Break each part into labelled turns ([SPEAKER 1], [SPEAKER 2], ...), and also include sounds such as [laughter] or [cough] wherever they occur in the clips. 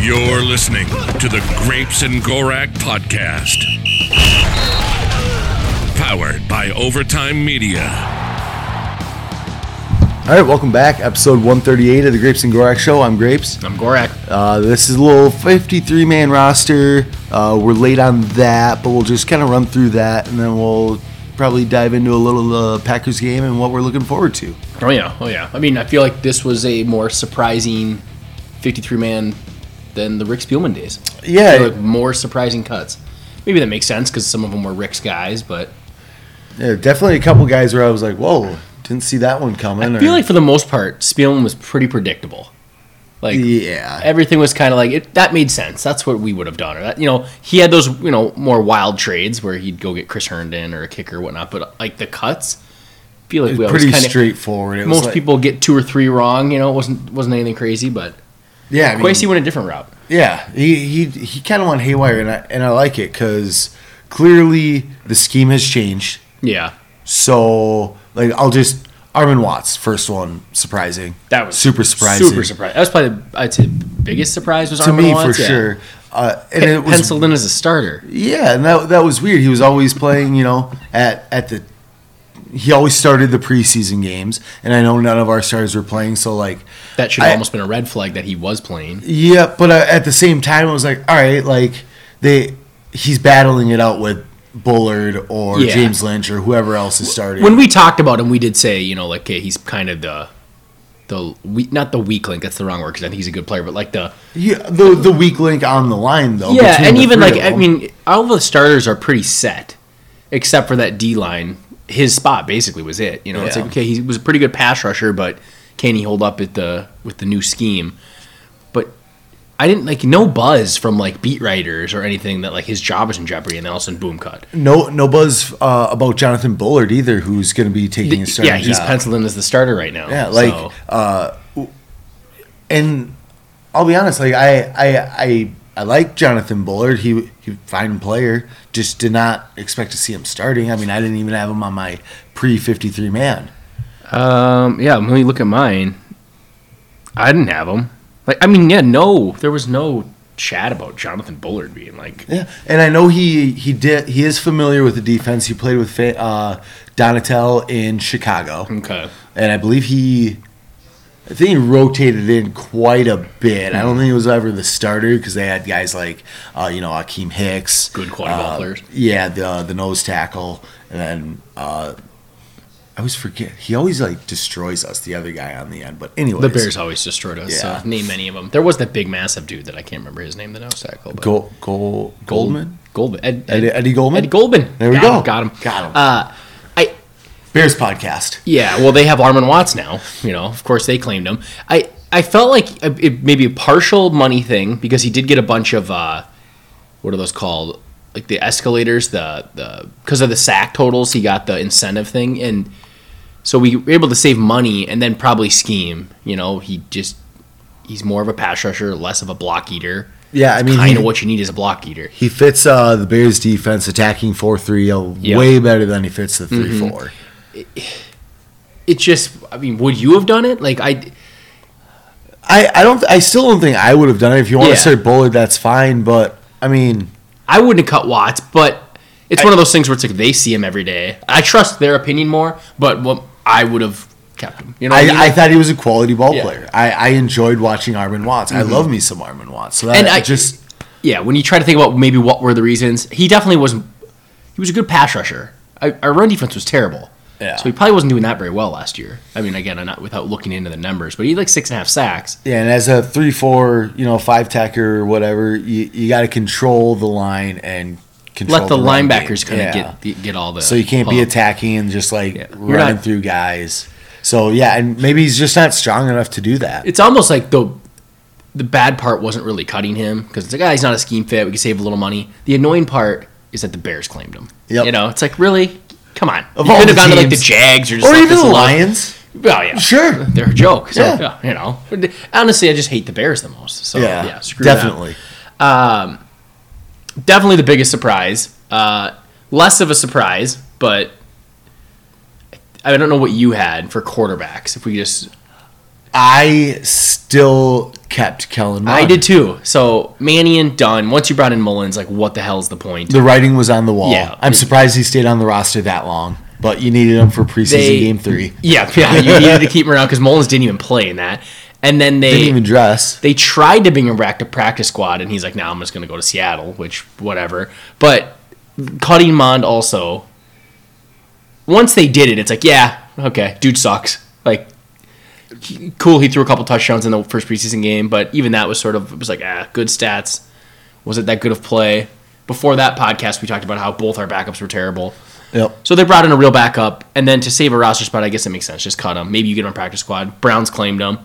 [SPEAKER 1] You're listening to the Grapes and Gorak podcast, powered by Overtime Media.
[SPEAKER 2] All right, welcome back. Episode 138 of the Grapes and Gorak Show. I'm Grapes.
[SPEAKER 3] I'm Gorak.
[SPEAKER 2] Uh, this is a little 53 man roster. Uh, we're late on that, but we'll just kind of run through that and then we'll probably dive into a little uh, Packers game and what we're looking forward to.
[SPEAKER 3] Oh yeah, oh yeah. I mean, I feel like this was a more surprising 53 man than the Rick Spielman days.
[SPEAKER 2] Yeah.
[SPEAKER 3] I feel like more surprising cuts. Maybe that makes sense because some of them were Rick's guys, but
[SPEAKER 2] Yeah, definitely a couple guys where I was like, whoa, didn't see that one coming.
[SPEAKER 3] I feel
[SPEAKER 2] or-
[SPEAKER 3] like for the most part, Spielman was pretty predictable. Like
[SPEAKER 2] yeah.
[SPEAKER 3] everything was kind of like it, that made sense. That's what we would have done. Or that you know he had those you know more wild trades where he'd go get Chris Herndon or a kicker or whatnot. But like the cuts, I feel like we always
[SPEAKER 2] Pretty
[SPEAKER 3] kind of
[SPEAKER 2] straightforward. It was
[SPEAKER 3] most
[SPEAKER 2] like-
[SPEAKER 3] people get two or three wrong. You know, it wasn't wasn't anything crazy, but
[SPEAKER 2] Yeah, I mean-
[SPEAKER 3] Quasi went a different route.
[SPEAKER 2] Yeah, he he he kind of went haywire, and I and I like it because clearly the scheme has changed.
[SPEAKER 3] Yeah,
[SPEAKER 2] So like, I'll just Armin Watts first one surprising.
[SPEAKER 3] that was
[SPEAKER 2] super surprising.
[SPEAKER 3] Super surprising. That was probably the, I'd say the biggest surprise was
[SPEAKER 2] to
[SPEAKER 3] Armin
[SPEAKER 2] me
[SPEAKER 3] Watts,
[SPEAKER 2] for
[SPEAKER 3] yeah.
[SPEAKER 2] sure. Uh, and it was
[SPEAKER 3] penciled in as a starter.
[SPEAKER 2] yeah, and that that was weird. He was always playing, you know, at at the. He always started the preseason games, and I know none of our stars were playing. So like,
[SPEAKER 3] That should have
[SPEAKER 2] I-
[SPEAKER 3] almost been a red flag that he was playing.
[SPEAKER 2] Yeah, but uh, at the same time, I was like, all right, like they he's battling it out with Bullard or
[SPEAKER 3] Yeah.
[SPEAKER 2] James Lynch or whoever else is starting.
[SPEAKER 3] When we talked about him, we did say you know like okay, he's kind of the the we, not the weak link. That's the wrong word because I think he's a good player, but like the
[SPEAKER 2] yeah, the the weak link on the line though.
[SPEAKER 3] yeah,
[SPEAKER 2] between
[SPEAKER 3] and
[SPEAKER 2] the
[SPEAKER 3] even
[SPEAKER 2] three
[SPEAKER 3] like
[SPEAKER 2] of
[SPEAKER 3] I
[SPEAKER 2] them.
[SPEAKER 3] mean, all the starters are pretty set, except for that D line. His spot basically was it. You know, it's
[SPEAKER 2] Yeah.
[SPEAKER 3] like okay, he was a pretty good pass rusher, but can he hold up at the with the new scheme? But I didn't like no buzz from like beat writers or anything that like his job is in jeopardy, and then all of a sudden, boom, cut.
[SPEAKER 2] no no buzz uh, about Jonathan Bullard either, who's going to be taking his starting
[SPEAKER 3] yeah, he's
[SPEAKER 2] job.
[SPEAKER 3] penciled in as the starter right now.
[SPEAKER 2] Yeah, like, uh,
[SPEAKER 3] so-
[SPEAKER 2] and I'll be honest, like I I I. I like Jonathan Bullard. He he fine player. Just did not expect to see him starting. I mean, I didn't even have him on my pre fifty three man.
[SPEAKER 3] Um, yeah, let me look at mine. I didn't have him. Like, I mean, yeah, no, there was no chat about Jonathan Bullard being like.
[SPEAKER 2] Yeah, and I know he he did he is familiar with the defense. He played with Fa- uh, Donatel in Chicago,
[SPEAKER 3] Okay.
[SPEAKER 2] and I believe he, I think he rotated in quite a bit. I don't think he was ever the starter because they had guys like uh, you know Akeem Hicks,
[SPEAKER 3] Good quality ball
[SPEAKER 2] uh,
[SPEAKER 3] players.
[SPEAKER 2] Yeah, the the nose tackle, and then uh, I always forget he always like destroys us. The other guy on the end, but anyway,
[SPEAKER 3] The Bears always destroyed us.
[SPEAKER 2] Yeah.
[SPEAKER 3] So name any of them. There was that big, massive dude that I can't remember his name. The nose tackle. but-
[SPEAKER 2] Go, Go, Goldman,
[SPEAKER 3] Goldman. Ed, Ed,
[SPEAKER 2] Eddie, Eddie Goldman,
[SPEAKER 3] Ed Goldman.
[SPEAKER 2] There we
[SPEAKER 3] Got
[SPEAKER 2] go.
[SPEAKER 3] him, got him.
[SPEAKER 2] Got him.
[SPEAKER 3] Uh, I.
[SPEAKER 2] Bears podcast.
[SPEAKER 3] Yeah. Well, they have Armin Watts now. You know. Of course, they claimed him. I. I felt like a- it maybe a partial money thing because he did get a bunch of uh, what are those called? Like the escalators, the the because of the sack totals, he got the incentive thing, and so we were able to save money and then probably scheme. You know, he just he's more of a pass rusher, less of a block eater.
[SPEAKER 2] Yeah, I mean,
[SPEAKER 3] kind
[SPEAKER 2] [laughs]
[SPEAKER 3] of
[SPEAKER 2] he-
[SPEAKER 3] what you need is a block eater.
[SPEAKER 2] He fits uh, the Bears' defense attacking 4 3
[SPEAKER 3] Yeah.
[SPEAKER 2] way better than he fits the 3 4.
[SPEAKER 3] It just, I mean, would you have done it? Like I,
[SPEAKER 2] I, I don't I still don't think I would have done it. If you want
[SPEAKER 3] Yeah.
[SPEAKER 2] to start Bullard, that's fine, but I mean
[SPEAKER 3] I wouldn't have cut Watts, but it's one of those things where it's like they see him every day. I trust their opinion more, but what I would have kept him. You know, what mean?
[SPEAKER 2] I, I thought he was a quality ball
[SPEAKER 3] Yeah. Mm-hmm.
[SPEAKER 2] player. I, I enjoyed watching Armin Watts. I love me some Armin Watts. So that
[SPEAKER 3] And I-
[SPEAKER 2] just
[SPEAKER 3] yeah, when you try to think about maybe what were the reasons, he definitely wasn't. He was a good pass rusher. I, our run defense was terrible.
[SPEAKER 2] Yeah.
[SPEAKER 3] So he probably wasn't doing that very well last year. I mean, again, I'm not without looking into the numbers, but he had like six and a half sacks.
[SPEAKER 2] yeah, and as a three four, you know, five tacker or whatever, you, you gotta control the line and control
[SPEAKER 3] Let the,
[SPEAKER 2] run game.
[SPEAKER 3] linebackers kind of
[SPEAKER 2] Yeah.
[SPEAKER 3] get get get all the.
[SPEAKER 2] So you can't be
[SPEAKER 3] pump.
[SPEAKER 2] attacking and just like
[SPEAKER 3] You're
[SPEAKER 2] running
[SPEAKER 3] not-
[SPEAKER 2] through guys. So yeah, and maybe he's just not strong enough to do that.
[SPEAKER 3] It's almost like the the bad part wasn't really cutting him because it's like ah, he's not a scheme fit. We could save a little money. The annoying part is that the Bears claimed him.
[SPEAKER 2] Yep.
[SPEAKER 3] You know, it's like really, come on.
[SPEAKER 2] Of
[SPEAKER 3] you
[SPEAKER 2] all
[SPEAKER 3] could have
[SPEAKER 2] the
[SPEAKER 3] gone to like the
[SPEAKER 2] teams.
[SPEAKER 3] Jags or just
[SPEAKER 2] or
[SPEAKER 3] let
[SPEAKER 2] even
[SPEAKER 3] this
[SPEAKER 2] the
[SPEAKER 3] alone.
[SPEAKER 2] Lions.
[SPEAKER 3] Well, yeah.
[SPEAKER 2] Sure.
[SPEAKER 3] they're a joke. So,
[SPEAKER 2] Yeah.
[SPEAKER 3] yeah, you know. But Honestly, I just hate the Bears the most. So Oh, yeah,
[SPEAKER 2] Yeah,
[SPEAKER 3] screw that.
[SPEAKER 2] definitely.
[SPEAKER 3] Definitely the biggest surprise. Uh, less of a surprise, but I don't know what you had for quarterbacks. If we just
[SPEAKER 2] I still kept Kellen. Mond.
[SPEAKER 3] I did too. So Mannion done. Once you brought in Mullins, like what the hell's the point?
[SPEAKER 2] The writing was on the wall.
[SPEAKER 3] Yeah.
[SPEAKER 2] I'm surprised he stayed on the roster that long, but you needed him for preseason
[SPEAKER 3] They-
[SPEAKER 2] game three.
[SPEAKER 3] Yeah, yeah. [laughs] You needed to keep him around because Mullins didn't even play in that. And then they
[SPEAKER 2] Didn't even dress.
[SPEAKER 3] they tried to bring him back to practice squad, and he's like, "Now I'm just going to go to Seattle," which whatever. But cutting Mond also. Once they did it, it's like, yeah, okay, dude sucks. Like, he- cool, he threw a couple touchdowns in the first preseason game, but even that was sort of it was like, ah, good stats. Was it that good of play? Before that podcast, we talked about how both our backups were terrible.
[SPEAKER 2] Yep.
[SPEAKER 3] So they brought in a real backup, and then to save a roster spot, I guess it makes sense. Just cut him. Maybe you get him on practice squad. Browns claimed him.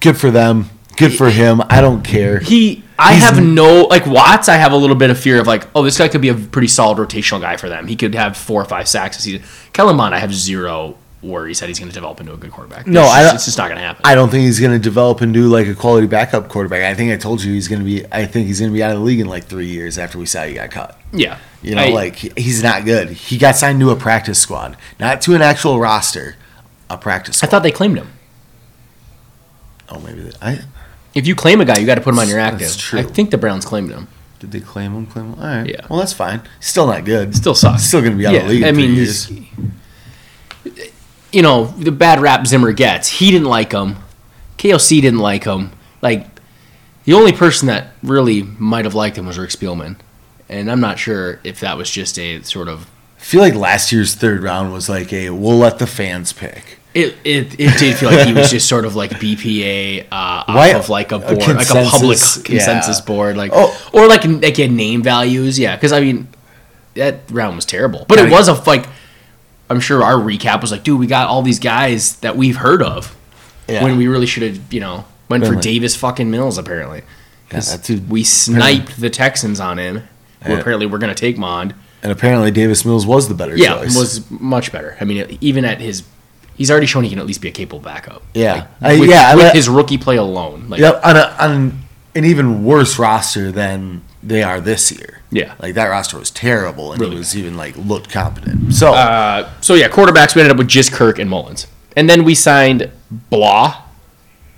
[SPEAKER 2] Good for them. Good for him. I don't care.
[SPEAKER 3] He, I have no like Watts. I have a little bit of fear of like, oh, this guy could be a pretty solid rotational guy for them. He could have four or five sacks this season. Kellen Mond, I have zero worries that he's going to develop into a good quarterback.
[SPEAKER 2] No,
[SPEAKER 3] It's
[SPEAKER 2] I
[SPEAKER 3] just-
[SPEAKER 2] don't-
[SPEAKER 3] it's just not going to happen.
[SPEAKER 2] I don't think he's going to develop and do like a quality backup quarterback. I think I told you he's going to be. I think he's going to be out of the league in like three years after we saw he got cut.
[SPEAKER 3] yeah,
[SPEAKER 2] You know,
[SPEAKER 3] I-
[SPEAKER 2] like he- he's not good. He got signed to a practice squad, not to an actual roster. A practice.
[SPEAKER 3] I
[SPEAKER 2] Squad.
[SPEAKER 3] thought they claimed him.
[SPEAKER 2] Oh, maybe they, I
[SPEAKER 3] If you claim a guy, you got to put him on your active.
[SPEAKER 2] That's true.
[SPEAKER 3] I think the Browns claimed him.
[SPEAKER 2] did. They claim him. Claim him. All right.
[SPEAKER 3] Yeah.
[SPEAKER 2] Well, that's fine. Still not good.
[SPEAKER 3] Still sucks.
[SPEAKER 2] Still going to be out of the league.
[SPEAKER 3] I
[SPEAKER 2] in three
[SPEAKER 3] mean,
[SPEAKER 2] years.
[SPEAKER 3] he's- you know, the bad rap Zimmer gets. He didn't like him. KOC didn't like him. Like, the only person that really might have liked him was Rick Spielman. And I'm not sure if that was just a sort of.
[SPEAKER 2] I feel like last year's third round was like a we'll let the fans pick.
[SPEAKER 3] It, it, it did feel like he was just sort of like BPA uh, off
[SPEAKER 2] Why-
[SPEAKER 3] of like a
[SPEAKER 2] a
[SPEAKER 3] board, like a public
[SPEAKER 2] consensus, yeah.
[SPEAKER 3] consensus board, like
[SPEAKER 2] Oh.
[SPEAKER 3] or like like yeah, name values, yeah. Because I mean, that round was terrible, but
[SPEAKER 2] I
[SPEAKER 3] it
[SPEAKER 2] mean-
[SPEAKER 3] was a like. I'm sure our recap was like, dude, we got all these guys that we've heard of.
[SPEAKER 2] Yeah.
[SPEAKER 3] when we really should have, you know, went for
[SPEAKER 2] Been like-
[SPEAKER 3] Davis fucking Mills apparently. 'Cause
[SPEAKER 2] Yeah, that dude-
[SPEAKER 3] we sniped the Texans on him. Who
[SPEAKER 2] Yeah.
[SPEAKER 3] apparently we're gonna take Mond.
[SPEAKER 2] and apparently Davis Mills was the better
[SPEAKER 3] Yeah,
[SPEAKER 2] choice.
[SPEAKER 3] was much better. I mean, even at his, he's already shown he can at least be a capable backup.
[SPEAKER 2] yeah, I,
[SPEAKER 3] Like, with,
[SPEAKER 2] yeah. I
[SPEAKER 3] with
[SPEAKER 2] let-
[SPEAKER 3] his rookie play alone. Like,
[SPEAKER 2] Yep, on, a, on an even worse roster than they are this year.
[SPEAKER 3] Yeah.
[SPEAKER 2] like that roster was terrible, and
[SPEAKER 3] Really
[SPEAKER 2] he was even like looked competent. So
[SPEAKER 3] Uh, so yeah, quarterbacks. We ended up with just Kirk and Mullins, and then we signed Blah,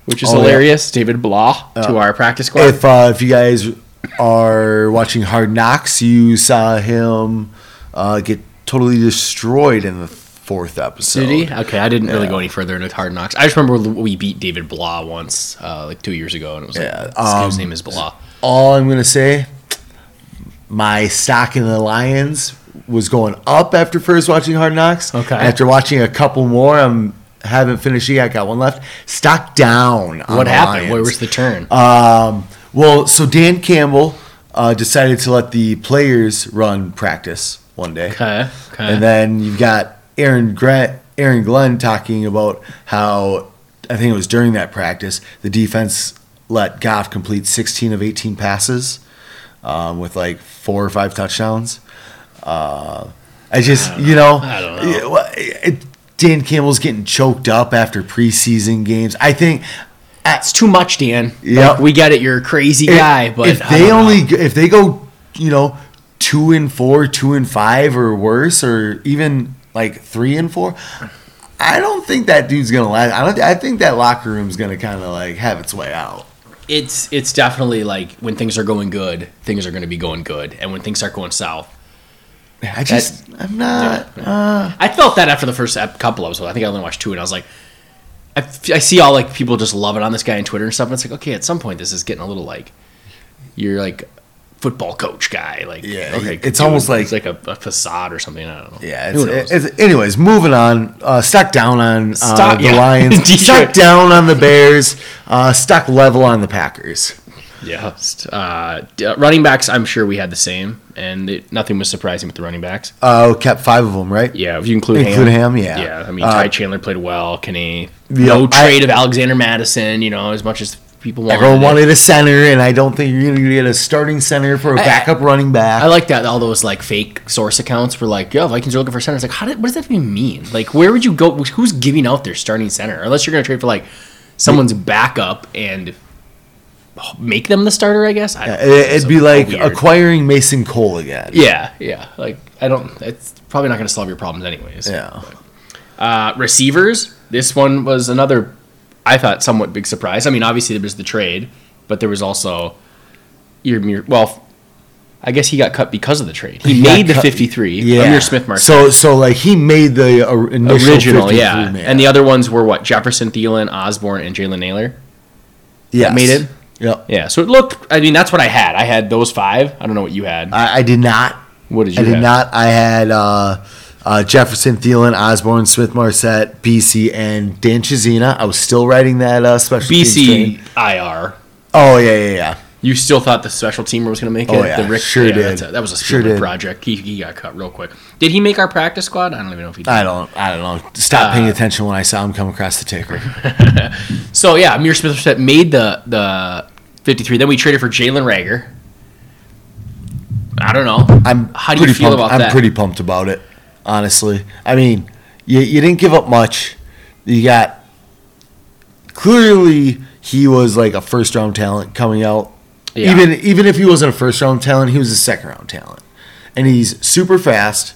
[SPEAKER 3] which is
[SPEAKER 2] Oh, yeah. Uh,
[SPEAKER 3] hilarious. David Blah to our practice squad.
[SPEAKER 2] if uh, if you guys are watching Hard Knocks, you saw him uh, get totally destroyed in the fourth episode.
[SPEAKER 3] Did he? Okay, I didn't really go any further into Hard Knocks. I just remember we beat David Blah once, uh, like two years ago, and it was like,
[SPEAKER 2] Yeah,
[SPEAKER 3] this dude's
[SPEAKER 2] um,
[SPEAKER 3] name is Blah.
[SPEAKER 2] All I'm gonna say, my stock in the Lions was going up after first watching Hard Knocks.
[SPEAKER 3] Okay.
[SPEAKER 2] After watching a couple more, I'm haven't finished yet. I got one left. Stock down. on
[SPEAKER 3] What
[SPEAKER 2] the
[SPEAKER 3] happened?
[SPEAKER 2] Lions. Uh,
[SPEAKER 3] Where was the turn?
[SPEAKER 2] Well, so Dan Campbell uh, decided to let the players run practice one day,
[SPEAKER 3] okay, okay.
[SPEAKER 2] and then you've got Aaron Grant, Aaron Glenn talking about how I think it was during that practice the defense let Goff complete 16 of 18 passes um, with like four or five touchdowns. Uh, I just you know,
[SPEAKER 3] I don't know.
[SPEAKER 2] it- well, it- Dan Campbell's getting choked up after preseason games. I think.
[SPEAKER 3] it's too much, Dan. Yeah,
[SPEAKER 2] Yep.
[SPEAKER 3] we get it. You're a crazy
[SPEAKER 2] If-
[SPEAKER 3] guy, but
[SPEAKER 2] if
[SPEAKER 3] I
[SPEAKER 2] they
[SPEAKER 3] don't know.
[SPEAKER 2] only if they go, you know, two and four, two and five, or worse, or even like three and four, I don't think that dude's gonna last. I don't. I think that locker room's gonna kind of like have its way out.
[SPEAKER 3] it's it's definitely like when things are going good, things are going to be going good, and when things start going south,
[SPEAKER 2] I just, I'm not.
[SPEAKER 3] I felt that after the first ep- couple episodes. I think I only watched two, and I was like, I, f- I see all like people just loving on this guy on Twitter and stuff. And it's like, okay, at some point, this is getting a little like you're like football coach guy, like
[SPEAKER 2] Yeah,
[SPEAKER 3] okay,
[SPEAKER 2] it's almost like-
[SPEAKER 3] it's like a, a facade or something. I don't know.
[SPEAKER 2] Yeah.
[SPEAKER 3] Who knows?
[SPEAKER 2] It's, it's, anyways, moving on. Uh, stock down on uh,
[SPEAKER 3] Stock-
[SPEAKER 2] the
[SPEAKER 3] yeah. [laughs]
[SPEAKER 2] Lions.
[SPEAKER 3] Detroit.
[SPEAKER 2] stock down on the Bears. Uh, stock level on the Packers.
[SPEAKER 3] yeah. Uh, d- uh, running backs, I'm sure we had the same, and it, nothing was surprising with the running backs.
[SPEAKER 2] Uh, kept five of them, right?
[SPEAKER 3] Yeah, if you include
[SPEAKER 2] Include
[SPEAKER 3] Ham.
[SPEAKER 2] Ham, yeah.
[SPEAKER 3] Yeah, I mean,
[SPEAKER 2] Uh,
[SPEAKER 3] Ty Chandler played well. Kenny,
[SPEAKER 2] Yeah,
[SPEAKER 3] no
[SPEAKER 2] I-
[SPEAKER 3] trade of Alexander Madison. You know, as much as people wanted.
[SPEAKER 2] Everyone
[SPEAKER 3] it.
[SPEAKER 2] wanted a center, and I don't think you're going to get a starting center for a backup running back.
[SPEAKER 3] I like that all those like fake source accounts were like, "Yo, Vikings are looking for centers." Like, how did, what does that even mean? Like, where would you go? Who's giving out their starting center? Unless you're going to trade for like someone's backup and make them the starter, I guess. I don't know.
[SPEAKER 2] It-
[SPEAKER 3] It's
[SPEAKER 2] It'd be like
[SPEAKER 3] weird-
[SPEAKER 2] acquiring Mason Cole again.
[SPEAKER 3] yeah, yeah. Like, I don't. It's probably not going to solve your problems, anyways.
[SPEAKER 2] Yeah.
[SPEAKER 3] Uh, receivers. This one was another I thought somewhat big surprise. I mean, obviously there was the trade, but there was also your Mir- well. I guess he got cut because of the trade. He,
[SPEAKER 2] got
[SPEAKER 3] made the
[SPEAKER 2] cut-
[SPEAKER 3] 53.
[SPEAKER 2] Yeah.
[SPEAKER 3] Amir Smith Marset.
[SPEAKER 2] So so like he made the or- initial
[SPEAKER 3] original, yeah. And the
[SPEAKER 2] other
[SPEAKER 3] other ones were what? Jefferson, Thielen, Osborne, and Jalen Naylor.
[SPEAKER 2] yes.
[SPEAKER 3] made it?
[SPEAKER 2] Yep.
[SPEAKER 3] Yeah. So it looked. I mean, that's what I had. I had those five. I don't know what you had.
[SPEAKER 2] I, I did not.
[SPEAKER 3] What did you
[SPEAKER 2] I did
[SPEAKER 3] have?
[SPEAKER 2] not. I had uh, uh, Jefferson, Thielen, Osborne, Smith, Marset, BC, and Dan Chizina. I was still writing that uh, special teams
[SPEAKER 3] BC
[SPEAKER 2] thing.
[SPEAKER 3] IR.
[SPEAKER 2] Oh yeah, yeah, yeah.
[SPEAKER 3] You still thought the special teamer was going to make it?
[SPEAKER 2] Oh, yeah.
[SPEAKER 3] The Rick,
[SPEAKER 2] Sure
[SPEAKER 3] yeah,
[SPEAKER 2] did.
[SPEAKER 3] That's a, that was a
[SPEAKER 2] Sure
[SPEAKER 3] stupid
[SPEAKER 2] did.
[SPEAKER 3] project. He, he got cut real quick. Did he make our practice squad? I don't even know if he did.
[SPEAKER 2] I don't. I don't know. Stop
[SPEAKER 3] Uh,
[SPEAKER 2] paying attention when I saw him come across the ticker.
[SPEAKER 3] So yeah, Amir Smith Marset made the the 53. Then we traded for Jalen Rager. I don't know.
[SPEAKER 2] I'm
[SPEAKER 3] How do you
[SPEAKER 2] pretty
[SPEAKER 3] feel
[SPEAKER 2] pumped.
[SPEAKER 3] about
[SPEAKER 2] I'm
[SPEAKER 3] that?
[SPEAKER 2] pretty pumped about it, honestly. I mean, you, you didn't give up much. You got clearly he was like a first round talent coming out.
[SPEAKER 3] Yeah.
[SPEAKER 2] Even even if he wasn't a first round talent, he was a second round talent, and he's super fast.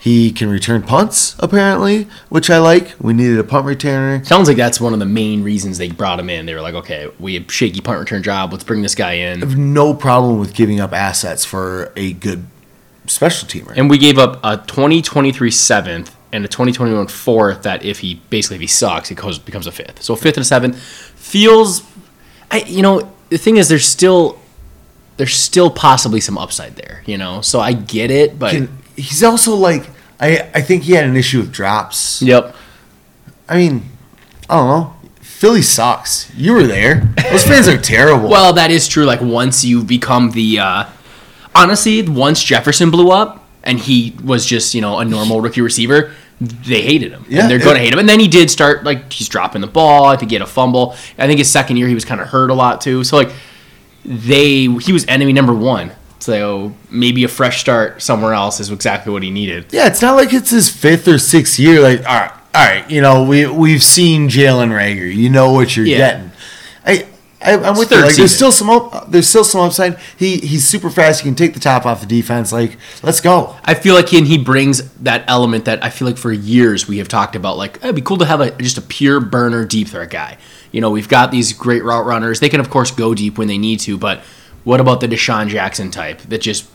[SPEAKER 2] He can return punts apparently, which I like. We needed a punt returner.
[SPEAKER 3] Sounds like that's one of the main reasons they brought him in. They were like, okay, we have shaky punt return job. Let's bring this guy in.
[SPEAKER 2] No problem with giving up assets for a good special teamer.
[SPEAKER 3] And we gave up a 2023 seventh and a 2021 fourth that if he basically if he sucks, it goes, becomes a fifth. So a fifth and a seventh feels, I you know the thing is there's still there's still possibly some upside there. You know, so I get it, but
[SPEAKER 2] And he's also like I, I think he had an issue with drops.
[SPEAKER 3] yep.
[SPEAKER 2] I mean, I don't know. Philly sucks. You were there.
[SPEAKER 3] [laughs]
[SPEAKER 2] Those fans are terrible.
[SPEAKER 3] Well, that is true. Like once you become the, uh, honestly, once Jefferson blew up and he was just you know a normal rookie receiver, they hated him.
[SPEAKER 2] Yeah,
[SPEAKER 3] and they're
[SPEAKER 2] it-
[SPEAKER 3] going to hate him. And then he did start like he's dropping the ball. I think he had a fumble. I think his second year he was kind of hurt a lot too. So like they he was enemy number one. So maybe a fresh start somewhere else is exactly what he needed.
[SPEAKER 2] yeah, it's not like it's his fifth or sixth year. Like, all right, all right. You know, we we've seen Jalen Rager. You know what you're
[SPEAKER 3] Yeah.
[SPEAKER 2] getting. I. I, I'm with you.
[SPEAKER 3] third
[SPEAKER 2] Like, there's
[SPEAKER 3] season.
[SPEAKER 2] still some up, there's still some upside. He he's super fast. He can take the top off the defense. Like let's go.
[SPEAKER 3] I feel like he, and he brings that element that I feel like for years we have talked about. Like it'd be cool to have a, just a pure burner deep threat guy. You know, we've got these great route runners. They can of course go deep when they need to, but what about the Deshaun Jackson type that just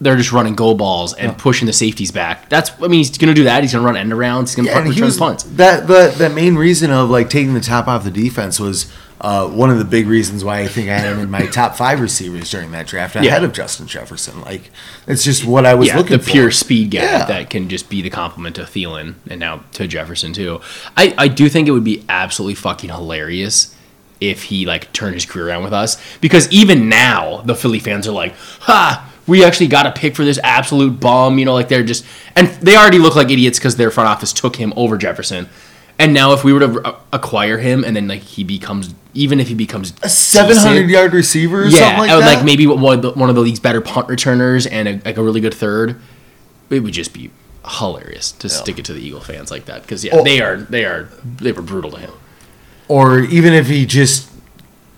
[SPEAKER 3] they're just running go balls and pushing the safeties back? That's I mean he's gonna do that. He's gonna run end arounds. He's gonna
[SPEAKER 2] Yeah,
[SPEAKER 3] punt,
[SPEAKER 2] and he
[SPEAKER 3] return
[SPEAKER 2] was
[SPEAKER 3] punts.
[SPEAKER 2] that the the main reason of like taking the top off the defense was uh, one of the big reasons why I think I had him in
[SPEAKER 3] [laughs]
[SPEAKER 2] my top five receivers during that draft ahead
[SPEAKER 3] Yeah.
[SPEAKER 2] of Justin Jefferson. Like it's just what I was
[SPEAKER 3] yeah,
[SPEAKER 2] looking
[SPEAKER 3] the pure
[SPEAKER 2] for.
[SPEAKER 3] speed guy
[SPEAKER 2] Yeah.
[SPEAKER 3] that can just be the complement to Thielen and now to Jefferson too. I, I do think it would be absolutely fucking hilarious if he like turned his career around with us because even now the Philly fans are like, ha. We actually got a pick for this absolute bum, you know, like they're just and they already look like idiots because their front office took him over Jefferson, and now if we were to uh, acquire him and then like he becomes even if he becomes
[SPEAKER 2] A seven
[SPEAKER 3] decent-
[SPEAKER 2] hundred yard receiver or
[SPEAKER 3] yeah,
[SPEAKER 2] something like
[SPEAKER 3] I would
[SPEAKER 2] that.
[SPEAKER 3] like maybe one of, the, one of the league's better punt returners and a, like a really good third. It would just be hilarious to stick it to the Eagle fans like that because yeah,
[SPEAKER 2] Oh.
[SPEAKER 3] they are they are they were brutal to him.
[SPEAKER 2] or even if he just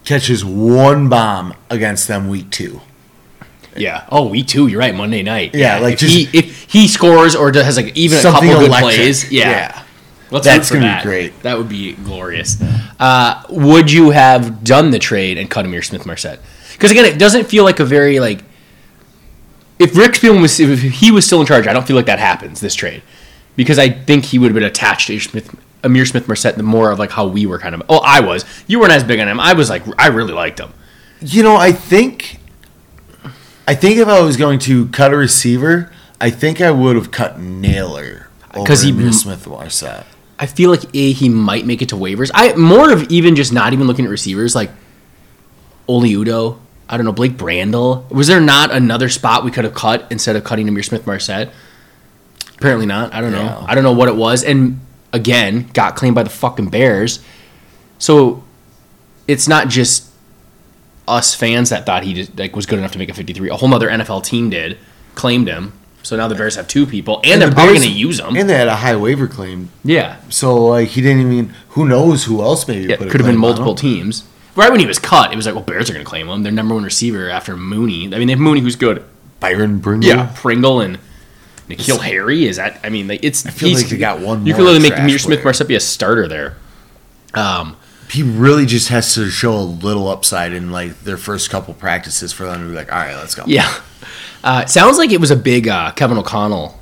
[SPEAKER 2] catches one bomb against them week two.
[SPEAKER 3] Yeah. Oh, we too. You're right. Monday night.
[SPEAKER 2] Yeah, like
[SPEAKER 3] if
[SPEAKER 2] just-
[SPEAKER 3] he if he scores or does, has like even a couple
[SPEAKER 2] Something
[SPEAKER 3] good
[SPEAKER 2] electric.
[SPEAKER 3] plays. Yeah.
[SPEAKER 2] Yeah.
[SPEAKER 3] Let's
[SPEAKER 2] That's
[SPEAKER 3] root for
[SPEAKER 2] gonna be
[SPEAKER 3] that.
[SPEAKER 2] great.
[SPEAKER 3] That would be glorious. Uh, would you have done the trade and cut Amir Smith Marset? Because again, it doesn't feel like a very like. If Rick Spielman was if he was still in charge, I don't feel like that happens this trade, because I think he would have been attached to Smith, Amir Smith Marset the more of like how we were kind of. Oh, I was. You weren't as big on him. I was like I really liked him.
[SPEAKER 2] You know, I think, I think if I was going to cut a receiver, I think I would have cut Naylor
[SPEAKER 3] 'Cause
[SPEAKER 2] because
[SPEAKER 3] he
[SPEAKER 2] he
[SPEAKER 3] m-
[SPEAKER 2] Smith Marset.
[SPEAKER 3] I feel like a he might make it to waivers. I more of even just not even looking at receivers like Oliudo. I don't know Blake Brandel. Was there not another spot we could have cut instead of cutting Amir Smith Marset? Apparently not. I don't know.
[SPEAKER 2] Yeah.
[SPEAKER 3] I don't know what it was. And again, got claimed by the fucking Bears. So it's not just us fans that thought he just, like was good enough to make a 53. A whole nother NFL team did claimed him. So now the Bears have two people, and, they're
[SPEAKER 2] the
[SPEAKER 3] probably
[SPEAKER 2] Bears-
[SPEAKER 3] going to use him.
[SPEAKER 2] And they had a high waiver claim.
[SPEAKER 3] yeah,
[SPEAKER 2] So like he didn't even who knows who else maybe
[SPEAKER 3] Yeah,
[SPEAKER 2] put a
[SPEAKER 3] could have
[SPEAKER 2] claim
[SPEAKER 3] been
[SPEAKER 2] on
[SPEAKER 3] multiple
[SPEAKER 2] him.
[SPEAKER 3] teams. Right when he was cut, it was like, well, Bears are going to claim him. Their number one receiver after Mooney. I mean, they have Mooney, who's good.
[SPEAKER 2] Byron Bringle.
[SPEAKER 3] Yeah, Pringle and Nikhil Harry. Is that? I mean, like, it's. I
[SPEAKER 2] feel like they got one
[SPEAKER 3] You
[SPEAKER 2] more
[SPEAKER 3] could literally make
[SPEAKER 2] trash
[SPEAKER 3] Amir Smith
[SPEAKER 2] player.
[SPEAKER 3] Marset be a starter there. Um,
[SPEAKER 2] He really just has to show a little upside in like their first couple practices for them to be like, all right, let's go.
[SPEAKER 3] yeah. [laughs] Uh, it sounds like it was a big uh, Kevin O'Connell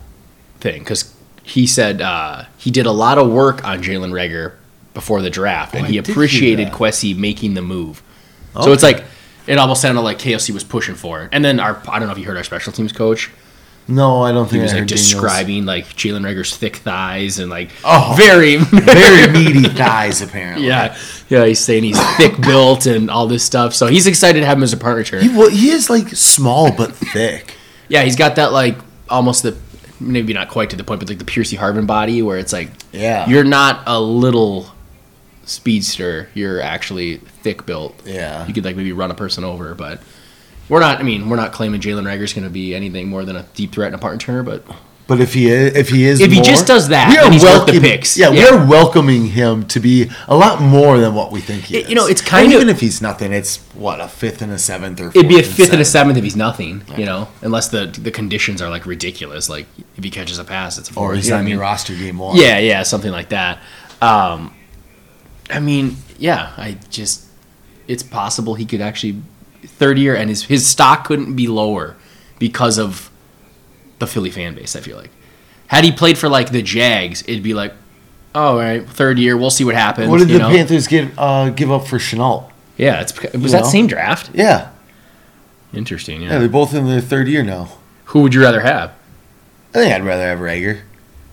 [SPEAKER 3] thing because he said uh, he did a lot of work on Jalen Rager before the draft
[SPEAKER 2] Oh,
[SPEAKER 3] and
[SPEAKER 2] I
[SPEAKER 3] he
[SPEAKER 2] did hear
[SPEAKER 3] appreciated
[SPEAKER 2] that.
[SPEAKER 3] Quessy making the move. So it's like, it almost sounded like KOC was pushing for it. And then our, I don't know if you heard our special teams coach.
[SPEAKER 2] No, I don't think
[SPEAKER 3] He was
[SPEAKER 2] I
[SPEAKER 3] like
[SPEAKER 2] heard Daniels.
[SPEAKER 3] describing like Jalen Rager's thick thighs and like
[SPEAKER 2] Oh.
[SPEAKER 3] [laughs] very
[SPEAKER 2] very
[SPEAKER 3] [laughs]
[SPEAKER 2] meaty thighs apparently.
[SPEAKER 3] yeah yeah he's saying he's thick built and all this stuff so he's excited to have him as a partner.
[SPEAKER 2] He, well, he is like small but thick.
[SPEAKER 3] Yeah, he's got that like almost the maybe not quite to the point, but like the Piercy Harvin body where it's like
[SPEAKER 2] Yeah.
[SPEAKER 3] you're not a little speedster. You're actually thick built.
[SPEAKER 2] Yeah.
[SPEAKER 3] You could like maybe run a person over, but we're not I mean, we're not claiming Jalen Rager's gonna be anything more than a deep threat and a partner turner, but
[SPEAKER 2] But if he is, if he is,
[SPEAKER 3] If he
[SPEAKER 2] more,
[SPEAKER 3] just does that, then he's worth the picks.
[SPEAKER 2] Yeah,
[SPEAKER 3] Yeah.
[SPEAKER 2] we're welcoming him to be a lot more than what we think he
[SPEAKER 3] Y-
[SPEAKER 2] is.
[SPEAKER 3] you know, it's
[SPEAKER 2] And
[SPEAKER 3] kind of-
[SPEAKER 2] even if he's nothing, it's what a fifth and a seventh or
[SPEAKER 3] it'd be a
[SPEAKER 2] fourth
[SPEAKER 3] fifth and a
[SPEAKER 2] seventh.
[SPEAKER 3] seventh if he's nothing, you know, unless the the conditions are like ridiculous. Like if he catches a pass, it's a
[SPEAKER 2] or
[SPEAKER 3] fourth,
[SPEAKER 2] he's
[SPEAKER 3] you know
[SPEAKER 2] on
[SPEAKER 3] what I
[SPEAKER 2] your
[SPEAKER 3] mean?
[SPEAKER 2] roster game one.
[SPEAKER 3] Yeah, yeah, something like that. Um, I mean, yeah, I just it's possible he could actually third year and his his stock couldn't be lower because of the Philly fan base, I feel like. Had he played for like the Jags, it'd be like, oh, all right, third year, we'll see what happens.
[SPEAKER 2] What did the
[SPEAKER 3] you know?
[SPEAKER 2] Panthers give uh, give up for Chenault?
[SPEAKER 3] yeah, it's was
[SPEAKER 2] You
[SPEAKER 3] that
[SPEAKER 2] know?
[SPEAKER 3] same draft?
[SPEAKER 2] Yeah,
[SPEAKER 3] Interesting. Yeah.
[SPEAKER 2] yeah, they're both in their third year now.
[SPEAKER 3] Who would you rather have?
[SPEAKER 2] I think I'd rather have Rager.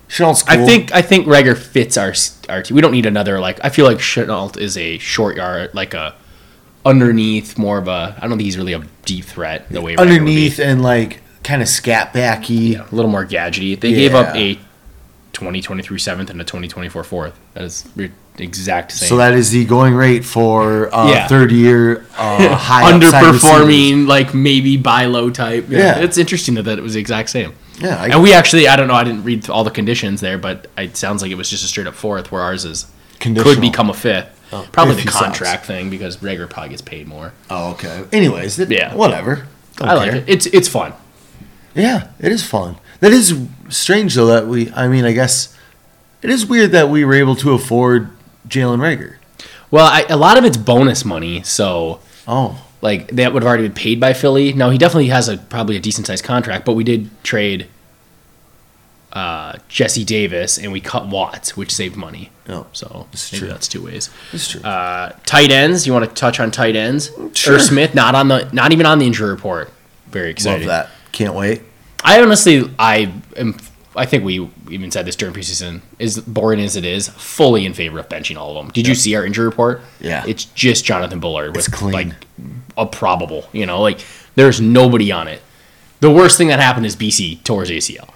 [SPEAKER 2] Chenault's cool.
[SPEAKER 3] I think I think Rager fits our our team. We don't need another like. I feel like Chenault is a short yard, like a underneath, more of a. I don't think he's really a deep threat the way Rager would be.
[SPEAKER 2] underneath and like kind of scat backy.
[SPEAKER 3] Yeah, a little more gadgety. They gave up
[SPEAKER 2] Yeah.
[SPEAKER 3] a 2023 seventh and a 2024 fourth. That is the exact same.
[SPEAKER 2] So that is the going rate for uh,
[SPEAKER 3] Yeah.
[SPEAKER 2] third year
[SPEAKER 3] [laughs]
[SPEAKER 2] uh, high upside receivers.
[SPEAKER 3] underperforming, like maybe buy low type.
[SPEAKER 2] Yeah.
[SPEAKER 3] it's interesting that, that it was the exact same.
[SPEAKER 2] Yeah, I-
[SPEAKER 3] and we actually, I don't know, I didn't read all the conditions there, but it sounds like it was just a straight up fourth, where ours is could
[SPEAKER 2] Conditional.
[SPEAKER 3] become a fifth.
[SPEAKER 2] Oh,
[SPEAKER 3] probably
[SPEAKER 2] if
[SPEAKER 3] the
[SPEAKER 2] he sucks.
[SPEAKER 3] contract thing because Rager probably gets paid more.
[SPEAKER 2] Oh, okay. Anyways, that,
[SPEAKER 3] Yeah.
[SPEAKER 2] whatever. Don't
[SPEAKER 3] I like
[SPEAKER 2] care.
[SPEAKER 3] it. It's it's fun.
[SPEAKER 2] Yeah, it is fun. That is strange though that we. I mean, I guess it is weird that we were able to afford Jalen Rager.
[SPEAKER 3] Well, I, a lot of it's bonus money, so
[SPEAKER 2] Oh,
[SPEAKER 3] like that would have already been paid by Philly. Now he definitely has a probably a decent sized contract, but we did trade uh, Jesse Davis and we cut Watts, which saved money.
[SPEAKER 2] no,
[SPEAKER 3] So
[SPEAKER 2] It's
[SPEAKER 3] maybe
[SPEAKER 2] true.
[SPEAKER 3] that's two ways.
[SPEAKER 2] it's true.
[SPEAKER 3] Uh, tight ends. You want to touch on tight ends?
[SPEAKER 2] Sure.
[SPEAKER 3] Irv Smith not on the not even on the injury report. Very
[SPEAKER 2] Love
[SPEAKER 3] exciting.
[SPEAKER 2] that. Can't wait.
[SPEAKER 3] I honestly, I am. I think we even said this during preseason. As boring as it is, fully in favor of benching all of them. Did you see our injury report?
[SPEAKER 2] Yeah.
[SPEAKER 3] it's just Jonathan Bullard with
[SPEAKER 2] It's clean.
[SPEAKER 3] like a probable. You know, like there's nobody on it. The worst thing that happened is BC tore his ACL.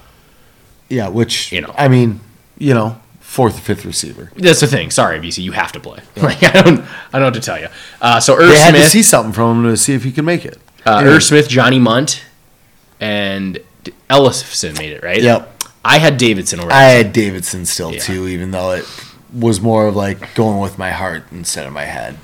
[SPEAKER 2] Yeah, which
[SPEAKER 3] You know.
[SPEAKER 2] I mean, you know, fourth or fifth receiver.
[SPEAKER 3] That's the thing. Sorry, BC, you have to play. Like I don't, I don't know what to tell you. Uh, so Irv
[SPEAKER 2] They had to
[SPEAKER 3] Smith,
[SPEAKER 2] see something from him to see if he could make it.
[SPEAKER 3] uh,
[SPEAKER 2] Anyway,
[SPEAKER 3] Irv Smith, Johnny Munt, and D- Ellison made it right.
[SPEAKER 2] Yep.
[SPEAKER 3] I had Davidson already.
[SPEAKER 2] I had Davidson still
[SPEAKER 3] Yeah.
[SPEAKER 2] too, even though it was more of like going with my heart instead of my head.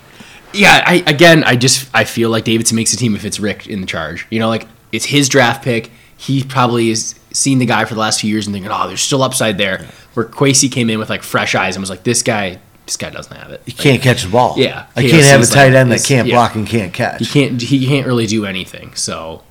[SPEAKER 3] Yeah, I again, I just I feel like Davidson makes the team if it's Rick in the charge. You know, like it's his draft pick. He probably has seen the guy for the last few years and thinking, oh, there's still upside there. Where Quasey came in with like fresh eyes and was like, this guy, this guy doesn't have it.
[SPEAKER 2] He can't catch the ball.
[SPEAKER 3] Yeah.
[SPEAKER 2] I can't have a
[SPEAKER 3] KOC's
[SPEAKER 2] tight
[SPEAKER 3] like-
[SPEAKER 2] end that
[SPEAKER 3] is-
[SPEAKER 2] can't
[SPEAKER 3] yeah.
[SPEAKER 2] block and can't catch.
[SPEAKER 3] He can't. He can't really do anything. So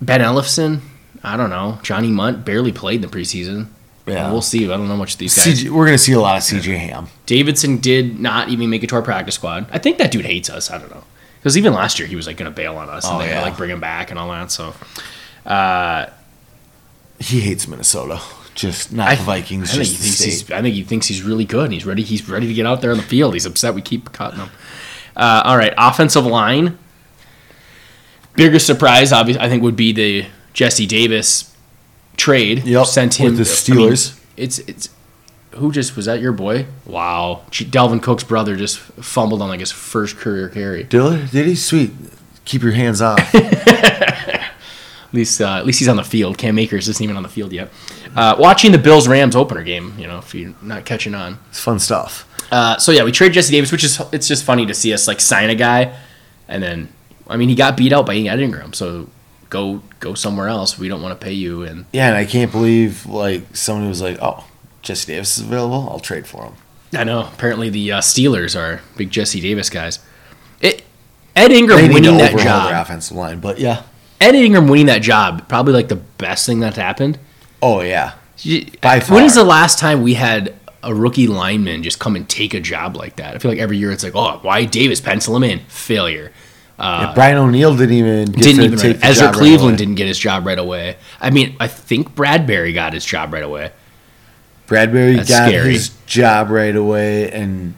[SPEAKER 3] Ben Ellison, I don't know. Johnny Munt barely played in the preseason.
[SPEAKER 2] Yeah.
[SPEAKER 3] we'll see. I don't know much of these guys.
[SPEAKER 2] CJ, we're gonna see a lot of CJ Ham.
[SPEAKER 3] Davidson did not even make it to our practice squad. I think that dude hates us. I don't know. Because even last year he was like going to bail on us and
[SPEAKER 2] Oh,
[SPEAKER 3] they had to,
[SPEAKER 2] yeah.
[SPEAKER 3] like bring him back and all that. So
[SPEAKER 2] He hates Minnesota. Just not the Vikings.
[SPEAKER 3] I think,
[SPEAKER 2] just
[SPEAKER 3] he
[SPEAKER 2] the
[SPEAKER 3] thinks
[SPEAKER 2] state.
[SPEAKER 3] he's, I think he thinks he's really good. And he's ready. He's ready to get out there on the field. He's upset we keep cutting him. Uh, all right, offensive line. Biggest surprise, obviously, I think would be the Jesse Davis trade.
[SPEAKER 2] Yep,
[SPEAKER 3] sent
[SPEAKER 2] with
[SPEAKER 3] him
[SPEAKER 2] the
[SPEAKER 3] I mean,
[SPEAKER 2] Steelers.
[SPEAKER 3] it's it's who just was that your boy? Wow, Delvin Cook's brother just fumbled on like his first career carry.
[SPEAKER 2] Diller, did he? Sweet. Keep your hands off.
[SPEAKER 3] [laughs] At least, uh, at least he's on the field. Cam Akers isn't even on the field yet. Uh, watching the Bills Rams opener game, you know, if you're not catching on.
[SPEAKER 2] it's fun stuff.
[SPEAKER 3] Uh, so yeah, we trade Jesse Davis, which is it's just funny to see us like sign a guy, and then I mean he got beat out by Ian Ingram, so go go somewhere else. We don't want to pay you, and
[SPEAKER 2] Yeah, and I can't believe like somebody was like, "Oh, Jesse Davis is available. I'll trade for him."
[SPEAKER 3] I know. Apparently, the uh, Steelers are big Jesse Davis guys. It, Ed Ingram
[SPEAKER 2] They need to
[SPEAKER 3] winning that
[SPEAKER 2] overhaul
[SPEAKER 3] job.
[SPEAKER 2] their offensive line, but yeah.
[SPEAKER 3] Ed Ingram winning that job probably like the best thing that's happened.
[SPEAKER 2] Oh yeah.
[SPEAKER 3] You-
[SPEAKER 2] By
[SPEAKER 3] When is
[SPEAKER 2] far.
[SPEAKER 3] the last time we had a rookie lineman just come and take a job like that? I feel like every year it's like, oh, why Davis pencil him in? Failure.
[SPEAKER 2] Yeah, Brian O'Neill didn't even get
[SPEAKER 3] Uh, didn't
[SPEAKER 2] to
[SPEAKER 3] even.
[SPEAKER 2] take the
[SPEAKER 3] Ezra
[SPEAKER 2] job right
[SPEAKER 3] Cleveland
[SPEAKER 2] away.
[SPEAKER 3] didn't get his job right away. I mean, I think Bradbury got his job right away.
[SPEAKER 2] Bradbury
[SPEAKER 3] That's
[SPEAKER 2] got
[SPEAKER 3] scary.
[SPEAKER 2] his job right away, and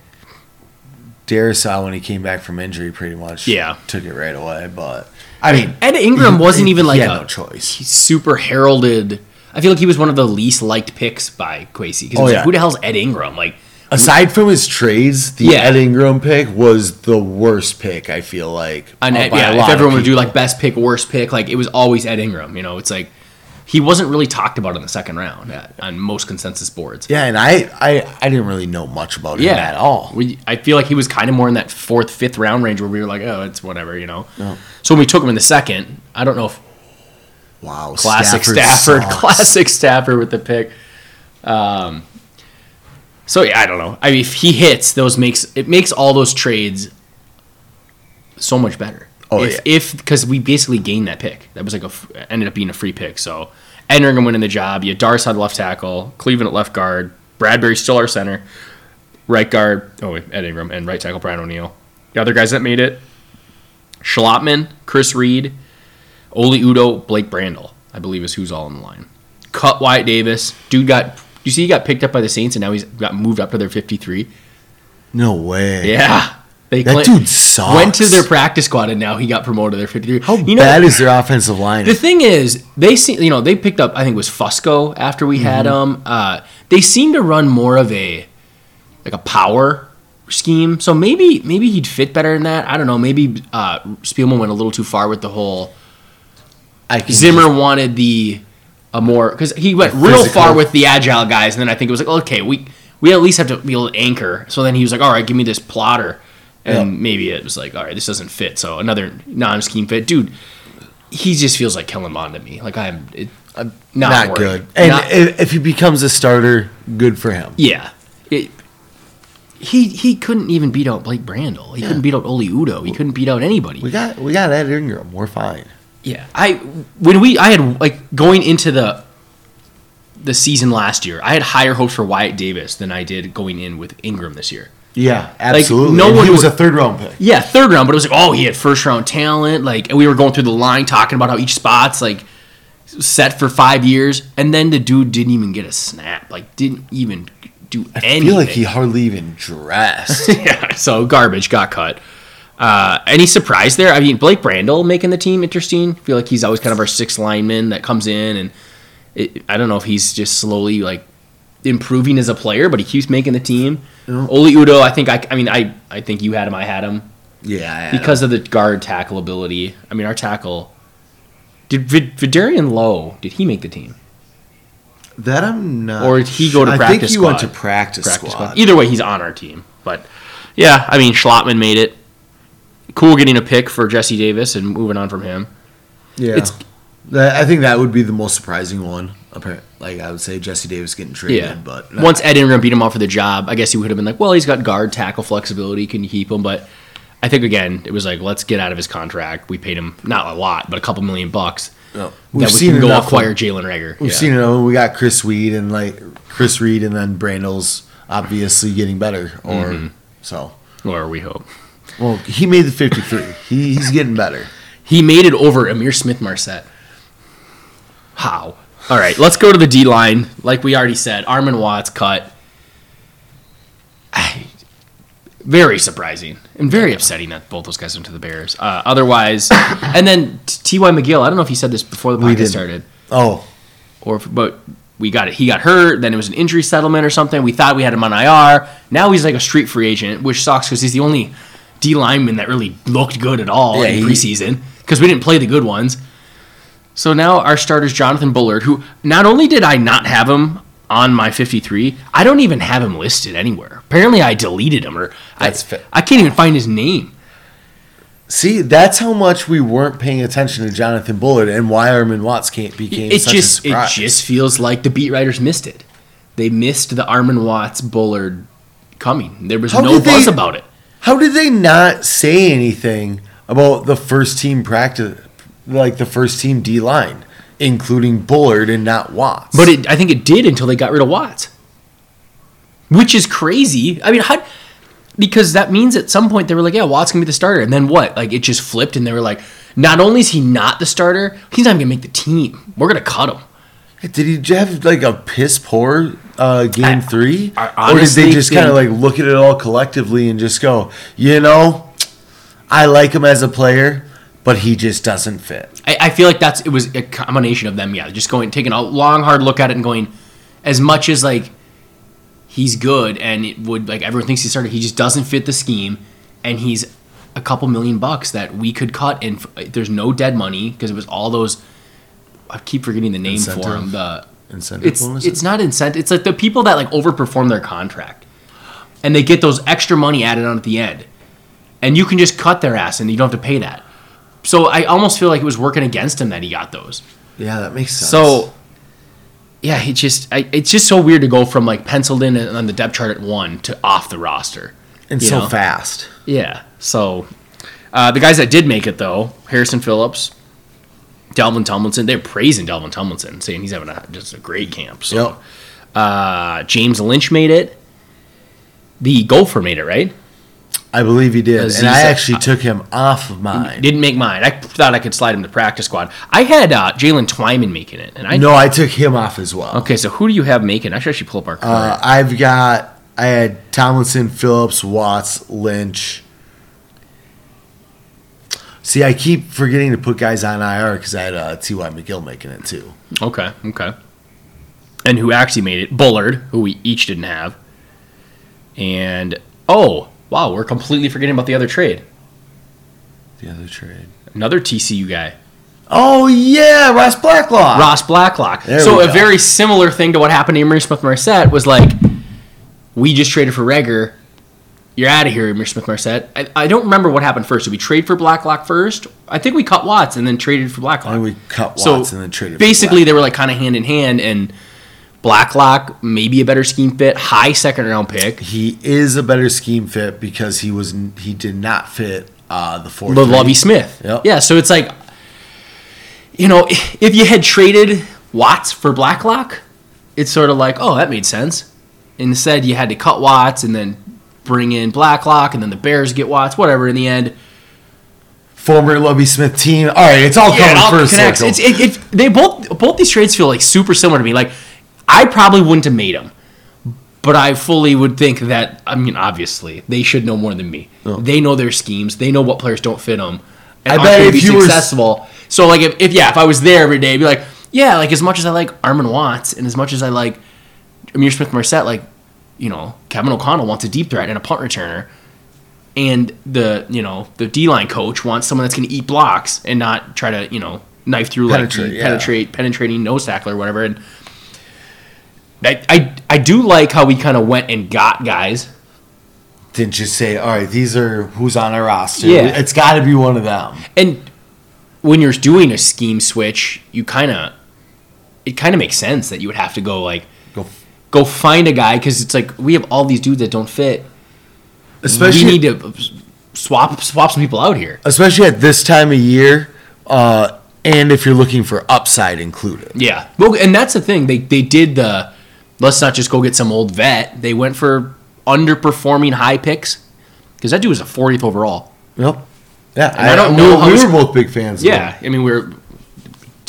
[SPEAKER 2] Darisaw when he came back from injury, pretty much
[SPEAKER 3] Yeah.
[SPEAKER 2] took it right away. But I mean,
[SPEAKER 3] Ed Ingram wasn't even like
[SPEAKER 2] he had
[SPEAKER 3] a
[SPEAKER 2] no choice.
[SPEAKER 3] he's super heralded. I feel like he was one of the least liked picks by Quasey. 'cause it
[SPEAKER 2] Oh,
[SPEAKER 3] was like,
[SPEAKER 2] yeah.
[SPEAKER 3] who the hell's Ed Ingram? Like,
[SPEAKER 2] Aside from his trades, the
[SPEAKER 3] Yeah.
[SPEAKER 2] Ed Ingram pick was the worst pick. I feel like
[SPEAKER 3] and
[SPEAKER 2] uh,
[SPEAKER 3] Ed-
[SPEAKER 2] by a
[SPEAKER 3] yeah, if
[SPEAKER 2] lot of
[SPEAKER 3] everyone would do
[SPEAKER 2] people.
[SPEAKER 3] like best pick, worst pick, like it was always Ed Ingram. You know, it's like he wasn't really talked about in the second round at, on most consensus boards.
[SPEAKER 2] yeah, and I, I I didn't really know much about him at all.
[SPEAKER 3] We, I feel like he was kind of more in that fourth, fifth round range where we were like, oh, it's whatever, you know. So when we took him in the second, I don't know if
[SPEAKER 2] Wow,
[SPEAKER 3] classic Stafford,
[SPEAKER 2] sucks.
[SPEAKER 3] classic Stafford with the pick. Um, so yeah, I don't know. I mean, if he hits those, makes it makes all those trades so much better.
[SPEAKER 2] Oh,
[SPEAKER 3] if,
[SPEAKER 2] yeah.
[SPEAKER 3] if because we basically gained that pick. That was like a f- ended up being a free pick. So Ed Ingram winning the job. You had Darce had left tackle, Cleveland at left guard, Bradbury still our center, right guard. Oh, wait, Ed Ingram and right tackle Brian O'Neill. The other guys that made it: Schlotman, Chris Reed, Oli Udo, Blake Brandel, I believe is who's all in the line. Cut Wyatt Davis. Dude got you see he got picked up by the Saints and now he's got moved up to their 53.
[SPEAKER 2] No way.
[SPEAKER 3] Yeah. They
[SPEAKER 2] That
[SPEAKER 3] cla-
[SPEAKER 2] dude sucks.
[SPEAKER 3] went to their practice squad and now he got promoted to their 53.
[SPEAKER 2] How
[SPEAKER 3] you know,
[SPEAKER 2] bad is their offensive line?
[SPEAKER 3] the thing is, they see you know they picked up I think it was Fusco after we had
[SPEAKER 2] Mm-hmm.
[SPEAKER 3] him. Uh, they seem to run more of a like a power scheme, so maybe maybe he'd fit better in that. I don't know. Maybe uh, Spielman went a little too far with the whole
[SPEAKER 2] I can
[SPEAKER 3] Zimmer wanted the a more because he went real
[SPEAKER 2] physical-
[SPEAKER 3] far with the agile guys, and then I think it was like okay, we we at least have to be able to anchor. So then he was like, all right, give me this plotter, and
[SPEAKER 2] Yeah.
[SPEAKER 3] maybe it was like, all right, this doesn't fit. So another non-scheme fit, dude. He just feels like Kellen Mond to me. Like I'm it, not,
[SPEAKER 2] not,
[SPEAKER 3] working.
[SPEAKER 2] good. And
[SPEAKER 3] Not-
[SPEAKER 2] if, if he becomes a starter, good for him.
[SPEAKER 3] yeah, It- he he couldn't even beat out Blake Brandel. He couldn't beat out Oli Udo. He couldn't beat out anybody.
[SPEAKER 2] We got we got Ed Ingram. We're fine.
[SPEAKER 3] Yeah, I when we I had like going into the the season last year, I had higher hopes for Wyatt Davis than I did going in with Ingram this year.
[SPEAKER 2] Yeah,
[SPEAKER 3] absolutely.
[SPEAKER 2] no
[SPEAKER 3] And
[SPEAKER 2] one
[SPEAKER 3] he
[SPEAKER 2] was
[SPEAKER 3] was
[SPEAKER 2] a
[SPEAKER 3] a
[SPEAKER 2] third round pick.
[SPEAKER 3] Yeah, third round, but it was like, oh, he had first round talent. Like, and we were going through the line talking about how each spot's like set for five years, and then the dude didn't even get a snap. Like, didn't even do
[SPEAKER 2] I
[SPEAKER 3] anything.
[SPEAKER 2] feel like he hardly even
[SPEAKER 3] [laughs]
[SPEAKER 2] dressed.
[SPEAKER 3] yeah, so garbage got cut. Uh, any surprise there? I mean, Blake Brandel making the team interesting. I feel like he's always kind of our sixth lineman that comes in, and it, I don't know if he's just slowly like improving as a player, but he keeps making the team. Oli Udo, I think I, I mean, I, I think you had him, I had him
[SPEAKER 2] yeah,
[SPEAKER 3] because of the guard tackle ability. I mean, our tackle. Did Vid- Vidarian Lowe? Did he make the team?
[SPEAKER 2] that I'm not.
[SPEAKER 3] Or did he go to
[SPEAKER 2] I
[SPEAKER 3] practice
[SPEAKER 2] think he went to
[SPEAKER 3] squad?
[SPEAKER 2] practice,
[SPEAKER 3] practice
[SPEAKER 2] squad.
[SPEAKER 3] squad. Either way, he's on our team. But yeah, I mean, Schlottman made it. Cool getting a pick for Jesse Davis and moving on from him.
[SPEAKER 2] Yeah,
[SPEAKER 3] It's-
[SPEAKER 2] That- I think that would be the most surprising one. Apparently, like I would say, Jesse Davis getting traded,
[SPEAKER 3] Yeah,
[SPEAKER 2] but
[SPEAKER 3] once Ed Ingram beat him off for the job, I guess he would have been like, well, he's got guard tackle flexibility, can you keep him? But I think again, it was like, let's get out of his contract. We paid him not a lot, but a couple million bucks.
[SPEAKER 2] no.
[SPEAKER 3] We've
[SPEAKER 2] we've
[SPEAKER 3] that we
[SPEAKER 2] seen
[SPEAKER 3] can go
[SPEAKER 2] enough of-
[SPEAKER 3] acquire Jalen Rager.
[SPEAKER 2] We've
[SPEAKER 3] Yeah.
[SPEAKER 2] seen it. When we got Chris Reed and like Chris Reed, and then Brandel's obviously getting better, or
[SPEAKER 3] Mm-hmm.
[SPEAKER 2] so.
[SPEAKER 3] or we hope.
[SPEAKER 2] Well, he made the 53. he, he's getting better.
[SPEAKER 3] He made it over Amir Smith Marset. How? All right, let's go to the D line. Like we already said, Armin Watts cut. I- Very surprising and very upsetting that both those guys went to the Bears. Uh, otherwise, [coughs] and then T- T.Y. McGill. I don't know if he said this before the
[SPEAKER 2] We
[SPEAKER 3] podcast
[SPEAKER 2] didn't.
[SPEAKER 3] started,
[SPEAKER 2] Oh,
[SPEAKER 3] or if, but we got it. He got hurt. Then it was an injury settlement or something. We thought we had him on IR. Now he's like a street free agent, which sucks because he's the only D lineman that really looked good at all
[SPEAKER 2] Yeah,
[SPEAKER 3] in
[SPEAKER 2] he-
[SPEAKER 3] preseason because we didn't play the good ones. So now our starter's Jonathan Bullard, who not only did I not have him on my 53, I don't even have him listed anywhere. Apparently, I deleted him, or I,
[SPEAKER 2] That's fa-
[SPEAKER 3] I can't even find his name.
[SPEAKER 2] see, that's how much we weren't paying attention to Jonathan Bullard and why Armin Watts can't became
[SPEAKER 3] it
[SPEAKER 2] such a
[SPEAKER 3] just it
[SPEAKER 2] surprise.
[SPEAKER 3] just feels like the beat writers missed it. They missed the Armin Watts Bullard coming. There was
[SPEAKER 2] How
[SPEAKER 3] no
[SPEAKER 2] did they-
[SPEAKER 3] buzz about it.
[SPEAKER 2] How did they not say anything about the first team practice, like the first team D line, including Bullard and not Watts?
[SPEAKER 3] But it, I think it did until they got rid of Watts, which is crazy. I mean, how, because that means at some point they were like, yeah, Watts can be the starter. And then what? Like, it just flipped, and they were like, not only is he not the starter, he's not even going to make the team. We're going to cut him.
[SPEAKER 2] did he have like a piss poor uh, game
[SPEAKER 3] I-
[SPEAKER 2] three, or
[SPEAKER 3] I
[SPEAKER 2] did they
[SPEAKER 3] honestly
[SPEAKER 2] just kind of like
[SPEAKER 3] think-
[SPEAKER 2] look at it all collectively and just go, you know, I like him as a player, but he just doesn't fit.
[SPEAKER 3] I, I feel like that's it was a combination of them. Yeah, just going taking a long hard look at it and going, as much as like he's good and it would like everyone thinks he's started, he just doesn't fit the scheme, and he's a couple million bucks that we could cut and f- there's no dead money because it was all those. I keep forgetting the name for
[SPEAKER 2] Incentive?
[SPEAKER 3] him. The
[SPEAKER 2] Incentive
[SPEAKER 3] it's
[SPEAKER 2] bonuses?
[SPEAKER 3] it's not incentive. It's like the people that like overperform their contract, and they get those extra money added on at the end, and you can just cut their ass and you don't have to pay that. So I almost feel like it was working against him that he got those.
[SPEAKER 2] yeah, that makes sense.
[SPEAKER 3] So yeah, it just I, it's just so weird to go from like penciled in on the depth chart at one to off the roster.
[SPEAKER 2] and
[SPEAKER 3] you
[SPEAKER 2] so
[SPEAKER 3] know?
[SPEAKER 2] fast.
[SPEAKER 3] Yeah. So uh, the guys that did make it though, Harrison Phillips, Delvin Tomlinson, they're praising Delvin Tomlinson, saying he's having a, just a great camp. So
[SPEAKER 2] Yep.
[SPEAKER 3] uh, James Lynch made it. The gopher made it, right?
[SPEAKER 2] I believe he did, and
[SPEAKER 3] Aziz-
[SPEAKER 2] I actually took him off of mine.
[SPEAKER 3] Didn't make mine. I thought I could slide him to practice squad. I had uh, Jalen Twyman making it, and I
[SPEAKER 2] No, I took him off as well.
[SPEAKER 3] Okay, so who do you have making? I should actually pull up our card.
[SPEAKER 2] Uh, I've got I had Tomlinson, Phillips, Watts, Lynch. See, I keep forgetting to put guys on IR because I had uh, T.Y. McGill making it too.
[SPEAKER 3] okay, okay. And who actually made it? Bullard, who we each didn't have. And oh wow, we're completely forgetting about the other trade.
[SPEAKER 2] The other trade.
[SPEAKER 3] Another TCU guy,
[SPEAKER 2] Oh yeah, Ross Blacklock.
[SPEAKER 3] Ross Blacklock.
[SPEAKER 2] There
[SPEAKER 3] so
[SPEAKER 2] we
[SPEAKER 3] a
[SPEAKER 2] go.
[SPEAKER 3] very similar thing to what happened to Amir Smith Marset was like, we just traded for Rager. You're out of here, Amir Smith Marset. I, I don't remember what happened first. Did we trade for Blacklock first? I think we cut Watts and then traded for Blacklock.
[SPEAKER 2] and we cut Watts
[SPEAKER 3] So
[SPEAKER 2] and then traded. for
[SPEAKER 3] basically,
[SPEAKER 2] Black.
[SPEAKER 3] they were like kind of hand in hand, and Blacklock maybe a better scheme fit, high second round pick.
[SPEAKER 2] he is a better scheme fit because he was n- he did not fit uh, the four.
[SPEAKER 3] The
[SPEAKER 2] three.
[SPEAKER 3] Lovey Smith,
[SPEAKER 2] Yep.
[SPEAKER 3] yeah. So it's like, you know, if you had traded Watts for Blacklock, it's sort of like, oh, that made sense. Instead, you had to cut Watts and then bring in Blacklock, and then the Bears get Watts, whatever. In the end,
[SPEAKER 2] former Lovey Smith team. All right, it's all
[SPEAKER 3] Yeah, it
[SPEAKER 2] coming
[SPEAKER 3] all
[SPEAKER 2] first.
[SPEAKER 3] connects.
[SPEAKER 2] circle.
[SPEAKER 3] It's, it, it, they both both these trades feel like super similar to me. Like I probably wouldn't have made them, but I fully would think that. I mean, obviously they should know more than me. They know their schemes. They know what players don't fit them. And
[SPEAKER 2] Oh. I
[SPEAKER 3] aren't
[SPEAKER 2] bet
[SPEAKER 3] gonna
[SPEAKER 2] if
[SPEAKER 3] be
[SPEAKER 2] you were-
[SPEAKER 3] successful. so like if, if yeah, if I was there every day, I'd be like yeah, like as much as I like Armin Watts and as much as I like Amir Smith Marset, like you know Kevin O'Connell wants a deep threat and a punt returner and the you know the D line coach wants someone that's going to eat blocks and not try to you know knife through
[SPEAKER 2] Penetrate,
[SPEAKER 3] like
[SPEAKER 2] yeah.
[SPEAKER 3] penetrate penetrating nose tackle or whatever. And I I, I do like how we kind of went and got guys.
[SPEAKER 2] didn't just say, all right, these are who's on our roster.
[SPEAKER 3] Yeah.
[SPEAKER 2] It's got to be one of them.
[SPEAKER 3] And when you're doing a scheme switch, you kind of it kind of makes sense that you would have to go like
[SPEAKER 2] Go,
[SPEAKER 3] go find a guy because it's like we have all these dudes that don't fit.
[SPEAKER 2] especially,
[SPEAKER 3] we need to swap swap some people out here.
[SPEAKER 2] especially at this time of year, uh, and if you're looking for upside included.
[SPEAKER 3] Yeah. Well, and that's the thing. They they did the let's not just go get some old vet. They went for underperforming high picks because that dude was a 40th overall.
[SPEAKER 2] Yep. Yeah,
[SPEAKER 3] I don't know how
[SPEAKER 2] We,
[SPEAKER 3] it's-
[SPEAKER 2] were both big fans. of
[SPEAKER 3] Yeah. I mean, we're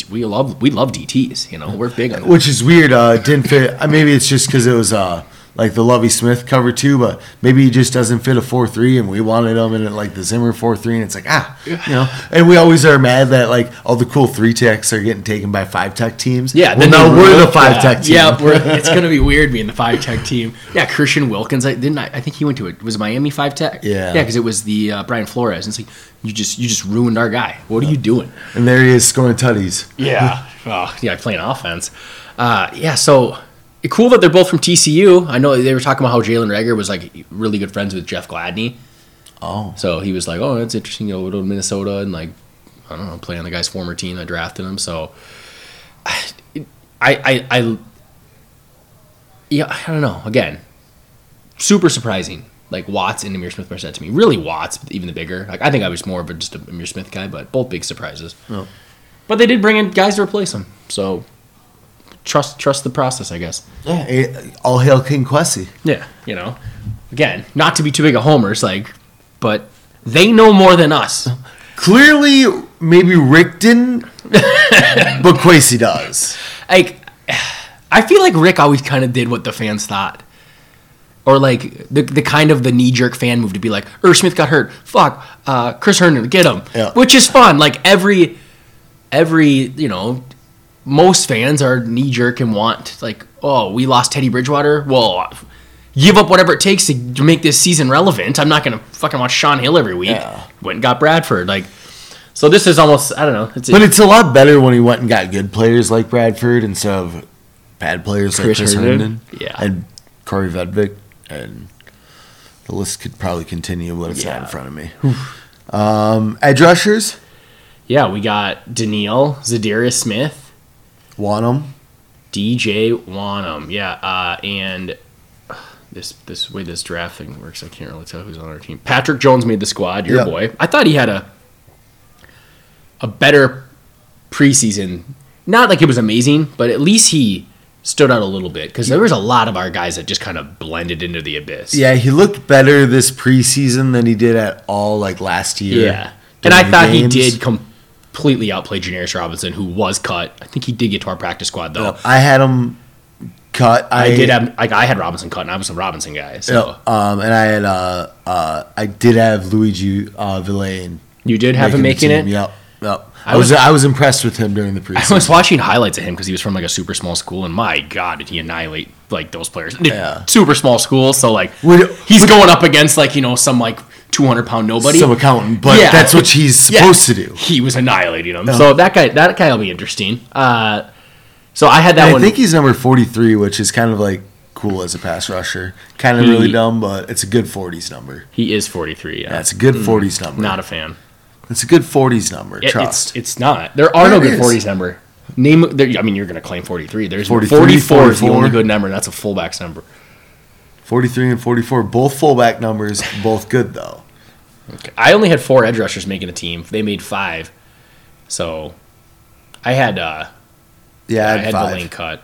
[SPEAKER 3] we love we love DTs. You know, we're big on
[SPEAKER 2] him, which is weird. Uh, it didn't fit. Uh, maybe it's just because it was uh, like the Lovey Smith cover too, but maybe he just doesn't fit a four three, and we wanted him in like the Zimmer four three, and it's like ah, you know. And we always are mad that like all the cool three techs are getting taken by five tech teams.
[SPEAKER 3] Yeah,
[SPEAKER 2] well, now we're the five
[SPEAKER 3] yeah,
[SPEAKER 2] tech team.
[SPEAKER 3] Yeah, we're, it's gonna be weird being the five tech team. Yeah, Christian Wilkins. I didn't. I, I think he went to it. Was it Miami five tech?
[SPEAKER 2] Yeah.
[SPEAKER 3] yeah, because it was the uh, Brian Flores. And it's like you just you just ruined our guy. What are you doing?
[SPEAKER 2] And there he is scoring tutties.
[SPEAKER 3] [laughs] Yeah. oh, yeah, playing offense. Uh, yeah, so cool that they're both from TCU. I know they were talking about how Jalen Rager was like really good friends with Jeff Gladney.
[SPEAKER 2] Oh.
[SPEAKER 3] So he was like, oh, that's interesting. You know, go to Minnesota and like, I don't know, play on the guy's former team that drafted him. So I, I, I, yeah, I don't know. Again, super surprising. Like Watts and Amir Smith Marset to me. Really Watts, even the bigger. Like I think I was more of a, just a Amir Smith guy, but both big surprises.
[SPEAKER 2] No.
[SPEAKER 3] But they did bring in guys to replace him, so trust trust the process, I guess.
[SPEAKER 2] Yeah, eh, all hail King Quessy.
[SPEAKER 3] Yeah, you know, again, not to be too big a homers, like, but they know more than us.
[SPEAKER 2] Clearly, maybe Rick
[SPEAKER 3] [laughs]
[SPEAKER 2] didn't, but Quessy does.
[SPEAKER 3] Like, I feel like Rick always kind of did what the fans thought, or like the the kind of the knee jerk fan move to be like, Irv Smith got hurt, fuck, uh, Chris Herndon, get him,
[SPEAKER 2] Yeah.
[SPEAKER 3] which is fun. Like every every you know. Most fans are knee jerk and want like, oh, we lost Teddy Bridgewater. Well, give up whatever it takes to to make this season relevant. I'm not gonna fucking watch Sean Hill every week.
[SPEAKER 2] Yeah.
[SPEAKER 3] Went and got Bradford. Like, so this is almost I don't know. It's
[SPEAKER 2] But it's a lot better when he went and got good players like Bradford instead of bad players like
[SPEAKER 3] Chris
[SPEAKER 2] Chris
[SPEAKER 3] Herndon.
[SPEAKER 2] Herndon,
[SPEAKER 3] Yeah.
[SPEAKER 2] and Corey Vedvik, and the list could probably continue, but it's not in
[SPEAKER 3] Yeah.
[SPEAKER 2] front of me. Um, edge rushers,
[SPEAKER 3] yeah, we got Daniil, Zadarius Smith,
[SPEAKER 2] Wanham,
[SPEAKER 3] DJ Wanham. Yeah, uh, and [sighs] uh, this this way this draft thing works, I can't really tell who's on our team. Patrick Jones made the squad. Your
[SPEAKER 2] Yeah.
[SPEAKER 3] boy. I thought he had a a better preseason. Not like it was amazing, but at least he stood out a little bit because there was a lot of our guys that just kind of blended into the abyss.
[SPEAKER 2] Yeah, he looked better this preseason than he did at all like last year.
[SPEAKER 3] Yeah. And I
[SPEAKER 2] During
[SPEAKER 3] thought
[SPEAKER 2] games.
[SPEAKER 3] he did completely outplay Janarius Robinson, who was cut. I think he did get to our practice squad though.
[SPEAKER 2] I had him cut. I,
[SPEAKER 3] I, did have like I had Robinson cut, and I was a Robinson guy. So
[SPEAKER 2] no, um, and I had uh, uh, I did have Luigi uh, Villain
[SPEAKER 3] you did have him making it.
[SPEAKER 2] Yep, yep. I,
[SPEAKER 3] I
[SPEAKER 2] was,
[SPEAKER 3] was-
[SPEAKER 2] I was impressed with him during the
[SPEAKER 3] I
[SPEAKER 2] preseason.
[SPEAKER 3] was watching highlights of him because he was from like a super small school, and my god, did he annihilate like those players?
[SPEAKER 2] Yeah.
[SPEAKER 3] Super small school, so like
[SPEAKER 2] Would-
[SPEAKER 3] he's going up against like you know some like two hundred pound nobody.
[SPEAKER 2] Some accountant, but
[SPEAKER 3] Yeah.
[SPEAKER 2] that's what he's supposed
[SPEAKER 3] [laughs] Yeah.
[SPEAKER 2] to do.
[SPEAKER 3] He was annihilating them. So that guy, that guy will be interesting. Uh, so I had that
[SPEAKER 2] I
[SPEAKER 3] one.
[SPEAKER 2] think he's number forty-three, which is kind of like cool as a pass rusher. Kind of
[SPEAKER 3] He-
[SPEAKER 2] really dumb, but it's a good forties number.
[SPEAKER 3] he is forty three. Yeah. Hmm.
[SPEAKER 2] That's a good forties number.
[SPEAKER 3] Not a fan.
[SPEAKER 2] it's a good forties number.
[SPEAKER 3] It-
[SPEAKER 2] trust.
[SPEAKER 3] It's, it's not. There are no
[SPEAKER 2] There
[SPEAKER 3] good
[SPEAKER 2] is.
[SPEAKER 3] forties number. Name. There, I mean, you're going to claim forty three. There's
[SPEAKER 2] 43,
[SPEAKER 3] forty four is the
[SPEAKER 2] 44.
[SPEAKER 3] only good number. and That's a fullback's number.
[SPEAKER 2] Forty-three and forty-four, both fullback numbers, both good though.
[SPEAKER 3] I only had four edge rushers making a team. They made five. So I had uh
[SPEAKER 2] Yeah,
[SPEAKER 3] I
[SPEAKER 2] I
[SPEAKER 3] had
[SPEAKER 2] had
[SPEAKER 3] the
[SPEAKER 2] five.
[SPEAKER 3] lane cut.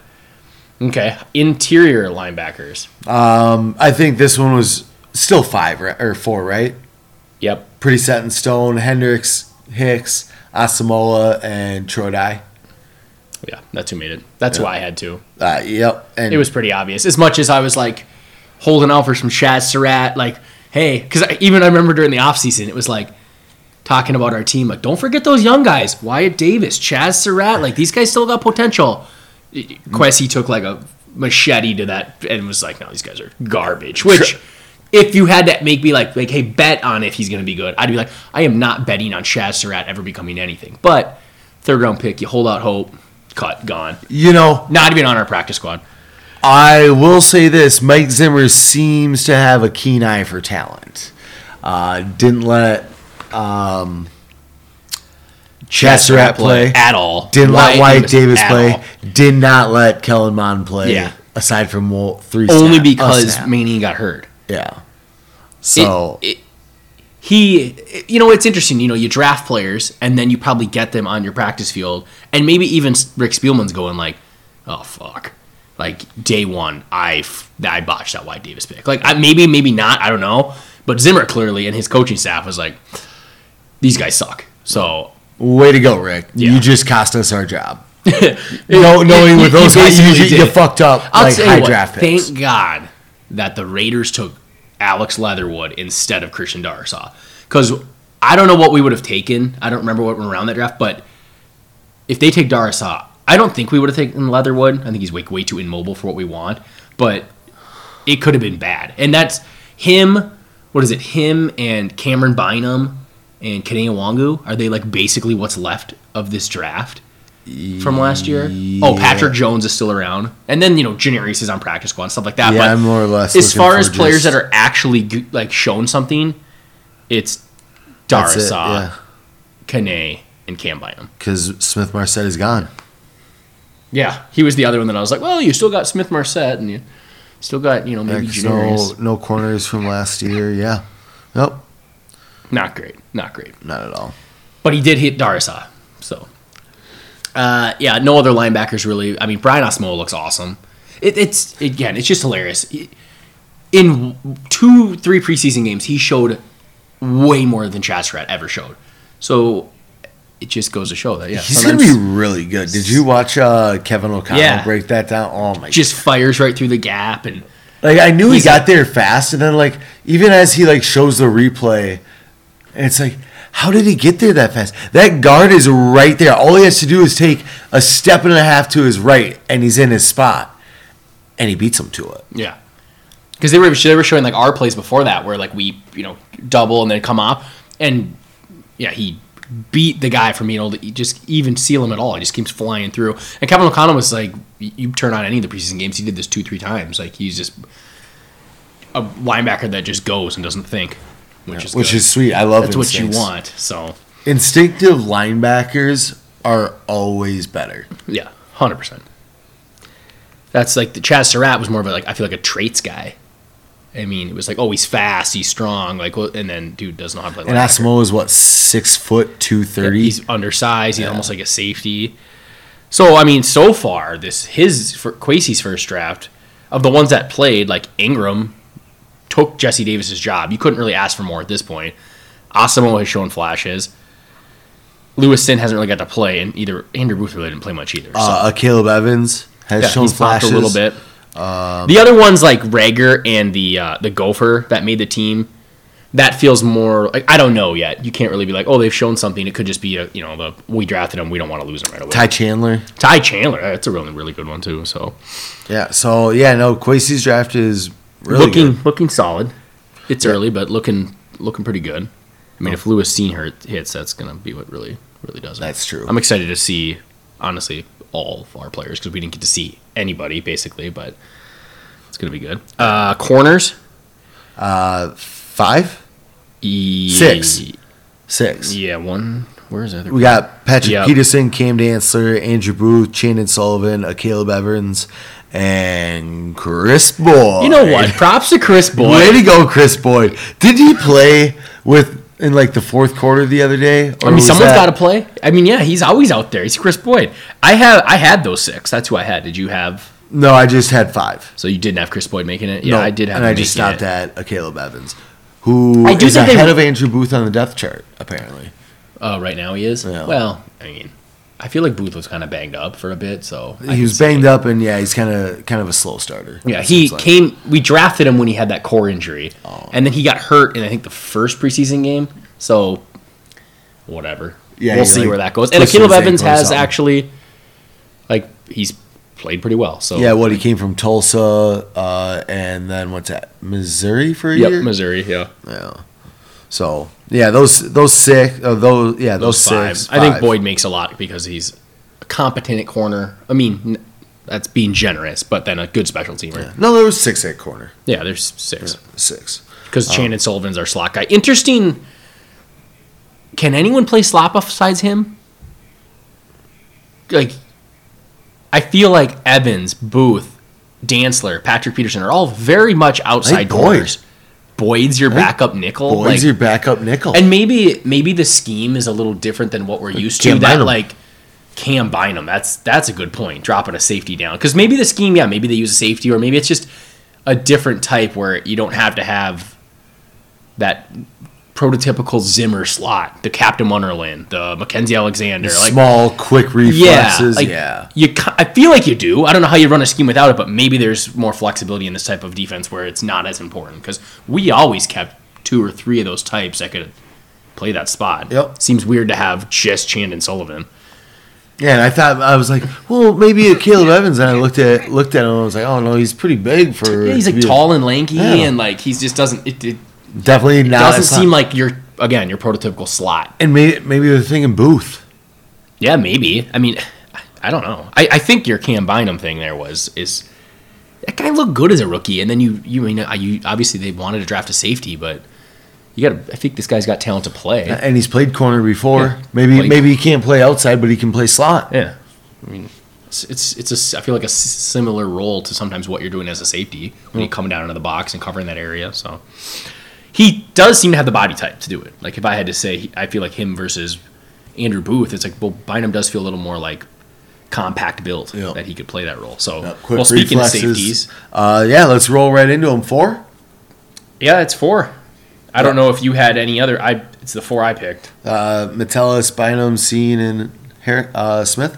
[SPEAKER 3] Okay. Interior linebackers.
[SPEAKER 2] Um, I think this one was still five ri- or four, right?
[SPEAKER 3] Yep.
[SPEAKER 2] Pretty set in stone. Hendricks, Hicks, Asamoah, and Trodai.
[SPEAKER 3] Yeah, that's who made it. That's who I had too.
[SPEAKER 2] Uh, yep, and
[SPEAKER 3] It was pretty obvious. As much as I was like holding out for some Shaz Surratt, like, hey, because even I remember during the offseason, it was like talking about our team, like, don't forget those young guys, Wyatt Davis, Chaz Surratt, like these guys still got potential. Quessy took like a machete to that and was like, no, these guys are garbage. Which, if you had to make me like, like, hey, bet on if he's going to be good, I'd be like, I am not betting on Chaz Surratt ever becoming anything. But third round pick, you hold out hope, cut, gone,
[SPEAKER 2] you know
[SPEAKER 3] not even on our practice squad.
[SPEAKER 2] I will say this: Mike Zimmer seems to have a keen eye for talent. Uh, didn't let um, Chesserat play.
[SPEAKER 3] at all.
[SPEAKER 2] Didn't let White Davis
[SPEAKER 3] at
[SPEAKER 2] play.
[SPEAKER 3] all.
[SPEAKER 2] Did not let Kellen Mond play.
[SPEAKER 3] Yeah.
[SPEAKER 2] Aside from well, three
[SPEAKER 3] Only
[SPEAKER 2] snap- a
[SPEAKER 3] because
[SPEAKER 2] snap.
[SPEAKER 3] Manning got hurt.
[SPEAKER 2] yeah. So
[SPEAKER 3] It- it- he, you know, it's interesting. You know, you draft players and then you probably get them on your practice field, and maybe even Rick Spielman's going like, "Oh fuck." Like day one, I f- I botched that White Davis pick. Like I, maybe, maybe not. I don't know. But Zimmer clearly and his coaching staff was like, "These guys suck." So
[SPEAKER 2] way to go, Rick.
[SPEAKER 3] Yeah.
[SPEAKER 2] You just cost us our
[SPEAKER 3] [laughs]
[SPEAKER 2] job. no, knowing
[SPEAKER 3] you-
[SPEAKER 2] with
[SPEAKER 3] you
[SPEAKER 2] those, guys, you,
[SPEAKER 3] basically
[SPEAKER 2] you,
[SPEAKER 3] did it.
[SPEAKER 2] fucked up
[SPEAKER 3] I'll
[SPEAKER 2] like
[SPEAKER 3] tell
[SPEAKER 2] high
[SPEAKER 3] you what,
[SPEAKER 2] draft picks.
[SPEAKER 3] Thank God that the Raiders took Alex Leatherwood instead of Christian Darrisaw. Because I don't know what we would have taken. I don't remember what went around that draft, but if they take Darrisaw, I don't think we would have taken Leatherwood. I think he's way, way too immobile for what we want. But it could have been bad. And that's him. What is it? Him and Cameron Bynum and Kanea Wangu are they like basically what's left of this draft from last year? Oh, Patrick Jones is still around, and then you know Janarius is on practice squad and stuff like that.
[SPEAKER 2] Yeah,
[SPEAKER 3] but
[SPEAKER 2] I'm more or less
[SPEAKER 3] as
[SPEAKER 2] looking
[SPEAKER 3] far
[SPEAKER 2] for
[SPEAKER 3] as players
[SPEAKER 2] just-
[SPEAKER 3] that are actually go- like shown something, it's
[SPEAKER 2] That's it,
[SPEAKER 3] Darasaw,
[SPEAKER 2] yeah.
[SPEAKER 3] Kane, and Cam Bynum.
[SPEAKER 2] because Smith Marset is gone.
[SPEAKER 3] Yeah, he was the other one that I was like, well, you still got Smith Marset, and you. Still got you know maybe
[SPEAKER 2] Heck,
[SPEAKER 3] Janarius.
[SPEAKER 2] no, no corners from last year. Yeah. Nope.
[SPEAKER 3] Not great. Not great.
[SPEAKER 2] Not at all.
[SPEAKER 3] But he did hit Darasa. So, uh, yeah, no other linebackers really. I mean, Brian Osmo looks awesome. It, it's again, it's just hilarious. In two, three preseason games, he showed way more than Chastrat ever showed. So it just goes to show that yeah,
[SPEAKER 2] He's going to
[SPEAKER 3] sometimes
[SPEAKER 2] be really good. Did you watch uh, Kevin O'Connell
[SPEAKER 3] Yeah.
[SPEAKER 2] break that down? Oh my!
[SPEAKER 3] just fires right through the gap and
[SPEAKER 2] like I knew he
[SPEAKER 3] he's
[SPEAKER 2] got
[SPEAKER 3] a-
[SPEAKER 2] there fast, and then like even as he like shows the replay, and it's like, how did he get there that fast? That guard is right there. All he has to do is take a step and a half to his right, and he's in his spot, and he beats him to it.
[SPEAKER 3] Yeah, because they were they were showing like our plays before that, where like we you know double and then come up, and yeah, he beat the guy from being able to e- just even seal him at all. He just keeps flying through. And Kevin O'Connell was like, y- you turn on any of the preseason games, he did this two three times. Like he's just a linebacker that just goes and doesn't think, which is
[SPEAKER 2] Which
[SPEAKER 3] good.
[SPEAKER 2] is sweet. I love
[SPEAKER 3] that's what you
[SPEAKER 2] instincts.
[SPEAKER 3] want. So
[SPEAKER 2] Instinctive linebackers are always better.
[SPEAKER 3] yeah, hundred percent. That's like the Chaz Surratt was more of a like I feel like a traits guy. I mean, it was like, oh, he's fast, he's strong, like, well, and then dude does not have like.
[SPEAKER 2] And Osmo is what six foot two thirty.
[SPEAKER 3] He's undersized. He's almost like a safety. So I mean, so far this his for Quasey's first draft of the ones that played like Ingram took Jesse Davis's job. You couldn't really ask for more at this point. Osamo has shown flashes. Lewiston hasn't really got to play, and either Andrew Booth really didn't play much either. So
[SPEAKER 2] uh, Caleb Evans has
[SPEAKER 3] yeah,
[SPEAKER 2] shown
[SPEAKER 3] he's flopped
[SPEAKER 2] flashes Um,
[SPEAKER 3] a little bit. the other ones like Rager and the uh, the Gopher that made the team. That feels more like I don't know yet. You can't really be like, oh, they've shown something. It could just be a you know the we drafted him. We don't want to lose him right away.
[SPEAKER 2] Ty
[SPEAKER 3] Ty,
[SPEAKER 2] Chandler.
[SPEAKER 3] Chandler, that's a really really good one too. So
[SPEAKER 2] Yeah. So yeah, no, Quasey's draft is really
[SPEAKER 3] looking
[SPEAKER 2] good.
[SPEAKER 3] looking solid. It's early, but looking looking pretty good. I
[SPEAKER 2] Oh.
[SPEAKER 3] mean, if Lewis seen her hits, that's gonna be what really really does it.
[SPEAKER 2] That's true.
[SPEAKER 3] I'm excited to see honestly all of our players because we didn't get to see anybody basically, but it's gonna be good. Uh, corners.
[SPEAKER 2] uh, five,
[SPEAKER 3] E-
[SPEAKER 2] Six. six.
[SPEAKER 3] Yeah, one. Where is the other?
[SPEAKER 2] We got Patrick
[SPEAKER 3] Yep.
[SPEAKER 2] Peterson, Cam Dantzler, Andrew Booth, Chandon Sullivan, a Caleb Evans, and Chris Boyd.
[SPEAKER 3] you know what? Props to Chris
[SPEAKER 2] Way
[SPEAKER 3] Boyd.
[SPEAKER 2] to go, Chris Boyd. Did he play with in like the fourth quarter the other day? Or
[SPEAKER 3] I mean,
[SPEAKER 2] was
[SPEAKER 3] someone's
[SPEAKER 2] that-
[SPEAKER 3] got to play. I mean, yeah, he's always out there. He's Chris Boyd. I have, I had those six. That's who I had. Did you have?
[SPEAKER 2] No, I just had five.
[SPEAKER 3] So you didn't have Chris Boyd making it? Yeah,
[SPEAKER 2] No,
[SPEAKER 3] I did have.
[SPEAKER 2] and
[SPEAKER 3] him
[SPEAKER 2] I just
[SPEAKER 3] making
[SPEAKER 2] stopped
[SPEAKER 3] it.
[SPEAKER 2] at a Caleb Evans, who
[SPEAKER 3] I do
[SPEAKER 2] is
[SPEAKER 3] think they-
[SPEAKER 2] ahead of Andrew Booth on the depth chart, apparently.
[SPEAKER 3] Oh, right now he is.
[SPEAKER 2] Yeah.
[SPEAKER 3] Well, I mean, I feel like Booth was kind of banged up for a bit, so I
[SPEAKER 2] he
[SPEAKER 3] can
[SPEAKER 2] was
[SPEAKER 3] see
[SPEAKER 2] banged
[SPEAKER 3] it.
[SPEAKER 2] up, and yeah, he's kind of kind of a slow starter.
[SPEAKER 3] Yeah,
[SPEAKER 2] it
[SPEAKER 3] he
[SPEAKER 2] seems like. Oh.
[SPEAKER 3] came. We drafted him when he had that core injury, and then he got hurt in I think the first preseason game. So, whatever.
[SPEAKER 2] Yeah,
[SPEAKER 3] we'll
[SPEAKER 2] he,
[SPEAKER 3] see
[SPEAKER 2] like,
[SPEAKER 3] where that goes. And
[SPEAKER 2] twisted
[SPEAKER 3] Caleb
[SPEAKER 2] his
[SPEAKER 3] Evans
[SPEAKER 2] ankle or
[SPEAKER 3] has
[SPEAKER 2] something.
[SPEAKER 3] actually, like, he's played pretty well. So
[SPEAKER 2] Yeah, what he came from Tulsa, uh, and then went to Missouri for a
[SPEAKER 3] yep,
[SPEAKER 2] year.
[SPEAKER 3] Missouri, yeah,
[SPEAKER 2] Yeah. So yeah, those those six, uh, those yeah, those,
[SPEAKER 3] five.
[SPEAKER 2] six.
[SPEAKER 3] I think
[SPEAKER 2] five.
[SPEAKER 3] Boyd makes a lot because he's a competent at corner. I mean, n- that's being generous, but then a good special teamer. Yeah,
[SPEAKER 2] No, there was six at corner.
[SPEAKER 3] there's six.
[SPEAKER 2] Six.
[SPEAKER 3] because Shannon Sullivan's our slot guy. Interesting. Can anyone play slot besides him? Like, I feel like Evans, Booth, Dantzler, Patrick Peterson are all very much outside
[SPEAKER 2] think Boyd.
[SPEAKER 3] corners. Boyd's your backup nickel.
[SPEAKER 2] Boyd's
[SPEAKER 3] like-
[SPEAKER 2] your backup nickel.
[SPEAKER 3] and maybe maybe the scheme is a little different than what we're used to.
[SPEAKER 2] Cam
[SPEAKER 3] That
[SPEAKER 2] Bynum.
[SPEAKER 3] like Cam Bynum, that's that's a good point. Dropping a safety down because maybe the scheme, yeah, maybe they use a safety, or maybe it's just a different type where you don't have to have that prototypical Zimmer slot, the Captain Wonderland, the Mackenzie Alexander, like
[SPEAKER 2] Small, quick
[SPEAKER 3] yeah,
[SPEAKER 2] reflexes.
[SPEAKER 3] like,
[SPEAKER 2] yeah.
[SPEAKER 3] You, ki- I feel like you do. I don't know how you run a scheme without it, but maybe there's more flexibility in this type of defense where it's not as important because we always kept two or three of those types that could play that spot.
[SPEAKER 2] Yep.
[SPEAKER 3] Seems weird to have just Chandon Sullivan.
[SPEAKER 2] Yeah, and I thought I was like, well, maybe a Caleb Evans. And I looked at looked at him. and I was like, oh no, he's pretty big for.
[SPEAKER 3] Yeah, he's
[SPEAKER 2] to
[SPEAKER 3] like
[SPEAKER 2] be a-
[SPEAKER 3] tall and lanky,
[SPEAKER 2] Yeah.
[SPEAKER 3] and like he's just doesn't. It, it
[SPEAKER 2] Definitely not.
[SPEAKER 3] doesn't
[SPEAKER 2] a slot.
[SPEAKER 3] seem like you're again your prototypical slot.
[SPEAKER 2] And maybe maybe they're thinking Booth.
[SPEAKER 3] Yeah, maybe. I mean, I don't know. I, I think your Cam Bynum thing there was is that guy looked good as a rookie, and then you you mean uh, you obviously they wanted to draft a safety, but you got to I think this guy's got talent to play.
[SPEAKER 2] and he's played corner before.
[SPEAKER 3] Yeah.
[SPEAKER 2] Maybe
[SPEAKER 3] Like-
[SPEAKER 2] maybe he can't play outside, but he can play slot.
[SPEAKER 3] Yeah, I mean It's it's, it's a s I feel like a s- similar role to sometimes what you're doing as a safety when
[SPEAKER 2] Mm.
[SPEAKER 3] you're coming down into the box and covering that area. So he does seem to have the body type to do it. Like if I had to say, he- I feel like him versus Andrew Booth, it's like well, Bynum does feel a little more like compact built
[SPEAKER 2] Yeah.
[SPEAKER 3] that he could play that role. So
[SPEAKER 2] Uh, quick
[SPEAKER 3] well, speaking
[SPEAKER 2] reflexes.
[SPEAKER 3] of safeties,
[SPEAKER 2] Uh, yeah, let's roll right into them. Four.
[SPEAKER 3] yeah, it's four. I don't know if you had any other. I it's the four I picked.
[SPEAKER 2] Uh, Metellus, Bynum, Scene, and Har- uh, Smith.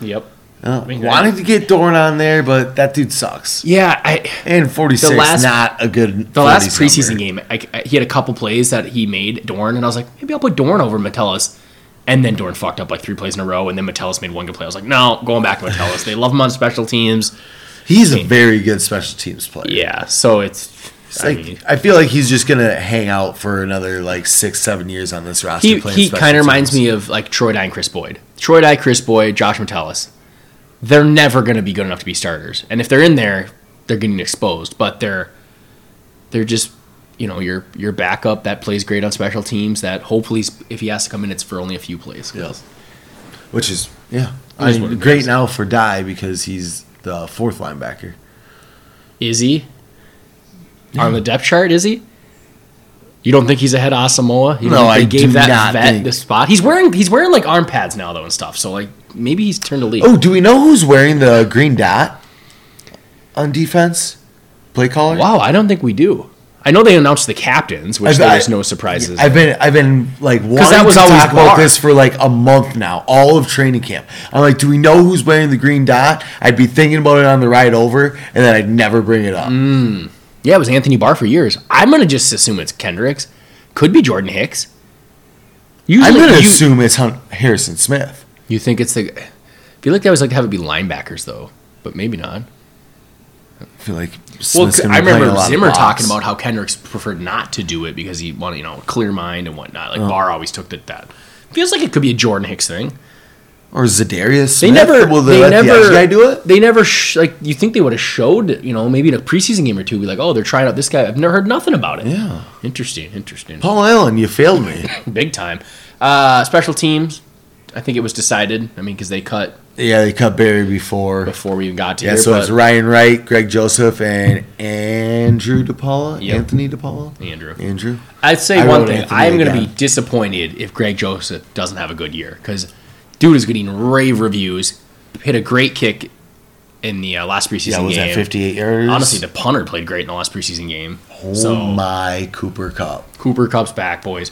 [SPEAKER 3] Yep.
[SPEAKER 2] Uh,
[SPEAKER 3] mean,
[SPEAKER 2] wanted to get Dorn on there, but that dude sucks.
[SPEAKER 3] Yeah, I
[SPEAKER 2] And 46,
[SPEAKER 3] The last-
[SPEAKER 2] not a good.
[SPEAKER 3] The last
[SPEAKER 2] 40s
[SPEAKER 3] preseason
[SPEAKER 2] number.
[SPEAKER 3] game, I, I- he had a couple plays that he made Dorn, and I was like, maybe I'll put Dorn over Metellus. And then Dorn fucked up like three plays in a row, and then Metellus made one good play. I was like, no, going back to Metellus. they love him on special teams.
[SPEAKER 2] He's a very good special teams player.
[SPEAKER 3] Yeah, so it's.
[SPEAKER 2] It's
[SPEAKER 3] I
[SPEAKER 2] like, I,
[SPEAKER 3] mean,
[SPEAKER 2] feel like he's just gonna hang out for another like six, seven years on this roster.
[SPEAKER 3] he
[SPEAKER 2] playing
[SPEAKER 3] he
[SPEAKER 2] special
[SPEAKER 3] kind of reminds
[SPEAKER 2] teams.
[SPEAKER 3] me of like Troy Dye and Chris Boyd. Troy Dye, Chris Boyd, Josh Metellus. They're never going to be good enough to be starters, and if they're in there, they're getting exposed. But they're they're just you know your your backup that plays great on special teams. That hopefully, s- if he has to come in, it's for only a few plays.
[SPEAKER 2] Yes. which is yeah,
[SPEAKER 3] It is
[SPEAKER 2] I mean,
[SPEAKER 3] what it
[SPEAKER 2] great
[SPEAKER 3] is.
[SPEAKER 2] now for Die because he's the fourth linebacker.
[SPEAKER 3] Is he on the depth chart? Is he? You don't think he's ahead of Asamoah? You
[SPEAKER 2] No,
[SPEAKER 3] don't think
[SPEAKER 2] I
[SPEAKER 3] they gave
[SPEAKER 2] do
[SPEAKER 3] that
[SPEAKER 2] not
[SPEAKER 3] vet
[SPEAKER 2] think-
[SPEAKER 3] the spot. He's wearing he's wearing like arm pads now though and stuff. So like maybe he's turned a leaf.
[SPEAKER 2] Oh, do we know who's wearing the green dot on defense? Play caller.
[SPEAKER 3] Wow, I don't think we do. I know they announced the captains, which
[SPEAKER 2] I've-
[SPEAKER 3] there's
[SPEAKER 2] I-
[SPEAKER 3] no surprises.
[SPEAKER 2] I've been I've been like wanting
[SPEAKER 3] that was
[SPEAKER 2] to
[SPEAKER 3] always
[SPEAKER 2] talk about
[SPEAKER 3] Barr.
[SPEAKER 2] this for like a month now, all of training camp. I'm like, do we know who's wearing the green dot? I'd be thinking about it on the ride over, and then I'd never bring it up.
[SPEAKER 3] yeah, it was Anthony Barr for years. I'm gonna just assume it's Kendricks. Could be Jordan Hicks. Usually
[SPEAKER 2] I'm gonna
[SPEAKER 3] you,
[SPEAKER 2] assume it's Hun- Harrison Smith.
[SPEAKER 3] you think it's the. I feel like they always like to have it be linebackers though, but maybe not.
[SPEAKER 2] I feel like
[SPEAKER 3] Well,
[SPEAKER 2] Smith's gonna
[SPEAKER 3] I
[SPEAKER 2] be playing
[SPEAKER 3] remember
[SPEAKER 2] a lot of
[SPEAKER 3] Zimmer
[SPEAKER 2] blocks.
[SPEAKER 3] talking about how Kendricks preferred not to do it because he wanted, you know, clear mind and whatnot.
[SPEAKER 2] Oh.
[SPEAKER 3] Like Barr always took that. That feels like it could be a Jordan Hicks thing.
[SPEAKER 2] or Zadarius.
[SPEAKER 3] They
[SPEAKER 2] Smith.
[SPEAKER 3] never.
[SPEAKER 2] will
[SPEAKER 3] they
[SPEAKER 2] let the
[SPEAKER 3] never.
[SPEAKER 2] edge guy do it.
[SPEAKER 3] They never. Sh- like you think they would have showed. You know, maybe in a preseason game or two, be like, oh, they're trying out this guy. I've never heard nothing about it.
[SPEAKER 2] Yeah,
[SPEAKER 3] Interesting. Interesting. [laughs]
[SPEAKER 2] Paul Allen, you failed me.
[SPEAKER 3] Big time. Uh, special teams. I think it was decided. I mean, because they cut
[SPEAKER 2] yeah, they cut Barry before.
[SPEAKER 3] before we even got to
[SPEAKER 2] Yeah,
[SPEAKER 3] here.
[SPEAKER 2] so
[SPEAKER 3] but-
[SPEAKER 2] it's Ryan Wright, Greg Joseph, and Andrew DePaula.
[SPEAKER 3] Yep.
[SPEAKER 2] Anthony DePaula.
[SPEAKER 3] Andrew.
[SPEAKER 2] Andrew.
[SPEAKER 3] I'd say
[SPEAKER 2] I
[SPEAKER 3] one
[SPEAKER 2] wrote
[SPEAKER 3] thing.
[SPEAKER 2] Anthony
[SPEAKER 3] I'm going to be
[SPEAKER 2] again.
[SPEAKER 3] disappointed if Greg Joseph doesn't have a good year because dude is getting rave reviews. Hit a great kick in the uh, last preseason
[SPEAKER 2] Yeah, was
[SPEAKER 3] game.
[SPEAKER 2] that 58 yards?
[SPEAKER 3] Honestly, the punter played great in the last preseason game.
[SPEAKER 2] oh
[SPEAKER 3] so
[SPEAKER 2] my Cooper Cup.
[SPEAKER 3] Cooper Cup's back, boys.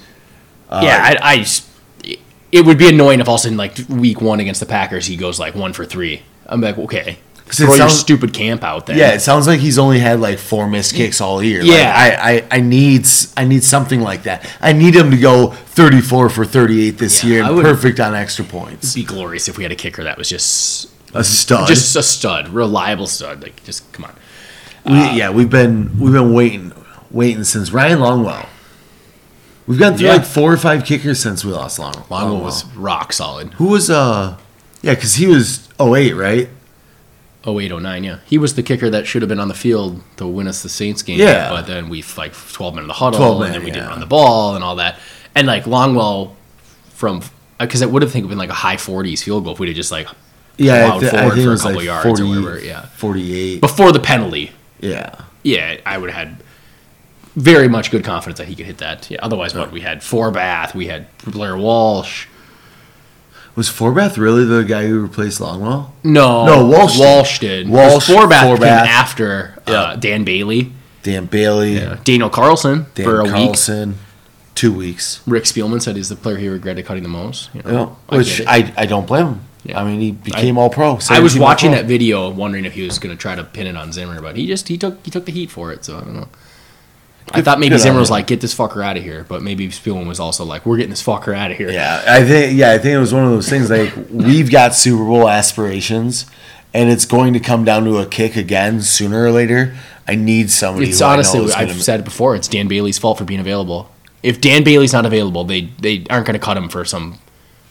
[SPEAKER 2] Uh,
[SPEAKER 3] yeah, I, I just, it would be annoying if all of a sudden, like week one against the Packers, he goes like one for three. I'm like,
[SPEAKER 2] it
[SPEAKER 3] okay, throw your
[SPEAKER 2] sounds-
[SPEAKER 3] stupid camp out there.
[SPEAKER 2] Yeah, it sounds like he's only had like four missed kicks all year. Like,
[SPEAKER 3] Yeah.
[SPEAKER 2] I, I, I need s- I need something like that. I need him to go 34 for 38 this
[SPEAKER 3] Yeah,
[SPEAKER 2] year
[SPEAKER 3] I
[SPEAKER 2] and
[SPEAKER 3] would-
[SPEAKER 2] perfect on extra points.
[SPEAKER 3] it'd be glorious if we had a kicker that was just
[SPEAKER 2] A stud.
[SPEAKER 3] just a stud, reliable stud. Like, just come on.
[SPEAKER 2] We,
[SPEAKER 3] uh,
[SPEAKER 2] yeah, we've been we've been waiting waiting since Ryan Longwell. We've gone through
[SPEAKER 3] Yeah.
[SPEAKER 2] like four or five kickers since we lost Long, Longwell.
[SPEAKER 3] Longo was Oh, rock solid.
[SPEAKER 2] Who was uh yeah, cuz he was 08, right?
[SPEAKER 3] 08, 09, yeah. He was the kicker that should have been on the field to win us the Saints game.
[SPEAKER 2] Yeah.
[SPEAKER 3] But then we like 12 men in the huddle,
[SPEAKER 2] 12 men,
[SPEAKER 3] and then we didn't
[SPEAKER 2] yeah.
[SPEAKER 3] run the ball and all that. And like Longwell from because it would have think been like a high 40s field goal if we'd have just like
[SPEAKER 2] Yeah,
[SPEAKER 3] plowed
[SPEAKER 2] I, th- I
[SPEAKER 3] forward
[SPEAKER 2] think
[SPEAKER 3] for
[SPEAKER 2] it
[SPEAKER 3] a
[SPEAKER 2] was
[SPEAKER 3] couple
[SPEAKER 2] like
[SPEAKER 3] yards
[SPEAKER 2] 40,
[SPEAKER 3] or whatever, yeah.
[SPEAKER 2] 48.
[SPEAKER 3] before the penalty.
[SPEAKER 2] Yeah.
[SPEAKER 3] Yeah, I would have had very much good confidence that he could hit that. Yeah, otherwise, what we had four Bath, we had Blair Walsh.
[SPEAKER 2] Was Forbath really the guy who replaced Longwell?
[SPEAKER 3] No,
[SPEAKER 2] No, Walsh did.
[SPEAKER 3] Walsh did.
[SPEAKER 2] Walsh,
[SPEAKER 3] Forbath, came
[SPEAKER 2] Forbath.
[SPEAKER 3] after uh, Dan Bailey,
[SPEAKER 2] Dan Bailey,
[SPEAKER 3] Daniel Carlson
[SPEAKER 2] Dan
[SPEAKER 3] for a week.
[SPEAKER 2] Carlson, two weeks.
[SPEAKER 3] Rick Spielman said he's the player he regretted cutting the most. you know. I
[SPEAKER 2] which
[SPEAKER 3] get it.
[SPEAKER 2] I, I, don't blame him.
[SPEAKER 3] Yeah.
[SPEAKER 2] I mean, he became all pro.
[SPEAKER 3] I was
[SPEAKER 2] 17
[SPEAKER 3] watching
[SPEAKER 2] all-pro.
[SPEAKER 3] that video, wondering if he was going to try to pin it on Zimmer, but he just he took he took the heat for it. So I don't know. I
[SPEAKER 2] Good-
[SPEAKER 3] thought maybe
[SPEAKER 2] good on
[SPEAKER 3] Zimmer was
[SPEAKER 2] him.
[SPEAKER 3] like, "Get this fucker out of here," but maybe Spielman was also like, "We're getting this fucker out of here."
[SPEAKER 2] Yeah, I think yeah, I think it was one of those things
[SPEAKER 3] [laughs]
[SPEAKER 2] like we've got Super Bowl aspirations, and it's going to come down to a kick again sooner or later. I need somebody.
[SPEAKER 3] It's
[SPEAKER 2] who I know
[SPEAKER 3] honestly,
[SPEAKER 2] is
[SPEAKER 3] I've
[SPEAKER 2] gonna-
[SPEAKER 3] said it before. It's Dan Bailey's fault for being available. If Dan Bailey's not available, they they aren't going to cut him for some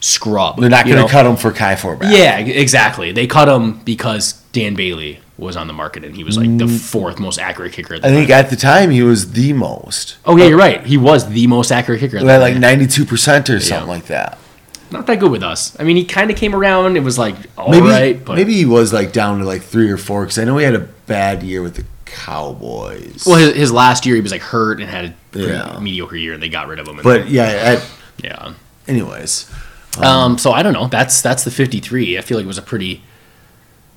[SPEAKER 3] scrub.
[SPEAKER 2] they're not
[SPEAKER 3] you
[SPEAKER 2] going to
[SPEAKER 3] know?
[SPEAKER 2] cut him for Kai Forbath.
[SPEAKER 3] Yeah, e- exactly. They cut him because Dan Bailey was on the market and he was like the fourth most accurate kicker. At the
[SPEAKER 2] Mm. I think
[SPEAKER 3] time.
[SPEAKER 2] at the time he was the most,
[SPEAKER 3] oh yeah, you're right. He was the most accurate kicker. At the
[SPEAKER 2] He had like
[SPEAKER 3] time.
[SPEAKER 2] ninety two percent or something like that.
[SPEAKER 3] not that good with us. I mean, he kind of came around. It was like all right,
[SPEAKER 2] Maybe
[SPEAKER 3] but
[SPEAKER 2] maybe he was like down to like three or four because I know he had a bad year with the Cowboys.
[SPEAKER 3] well, his, his last year he was like hurt and had a pretty
[SPEAKER 2] Yeah.
[SPEAKER 3] mediocre year, and they got rid of him. And
[SPEAKER 2] but yeah, I,
[SPEAKER 3] yeah.
[SPEAKER 2] anyways,
[SPEAKER 3] Um, so I don't know. That's that's the 53. I feel like it was a pretty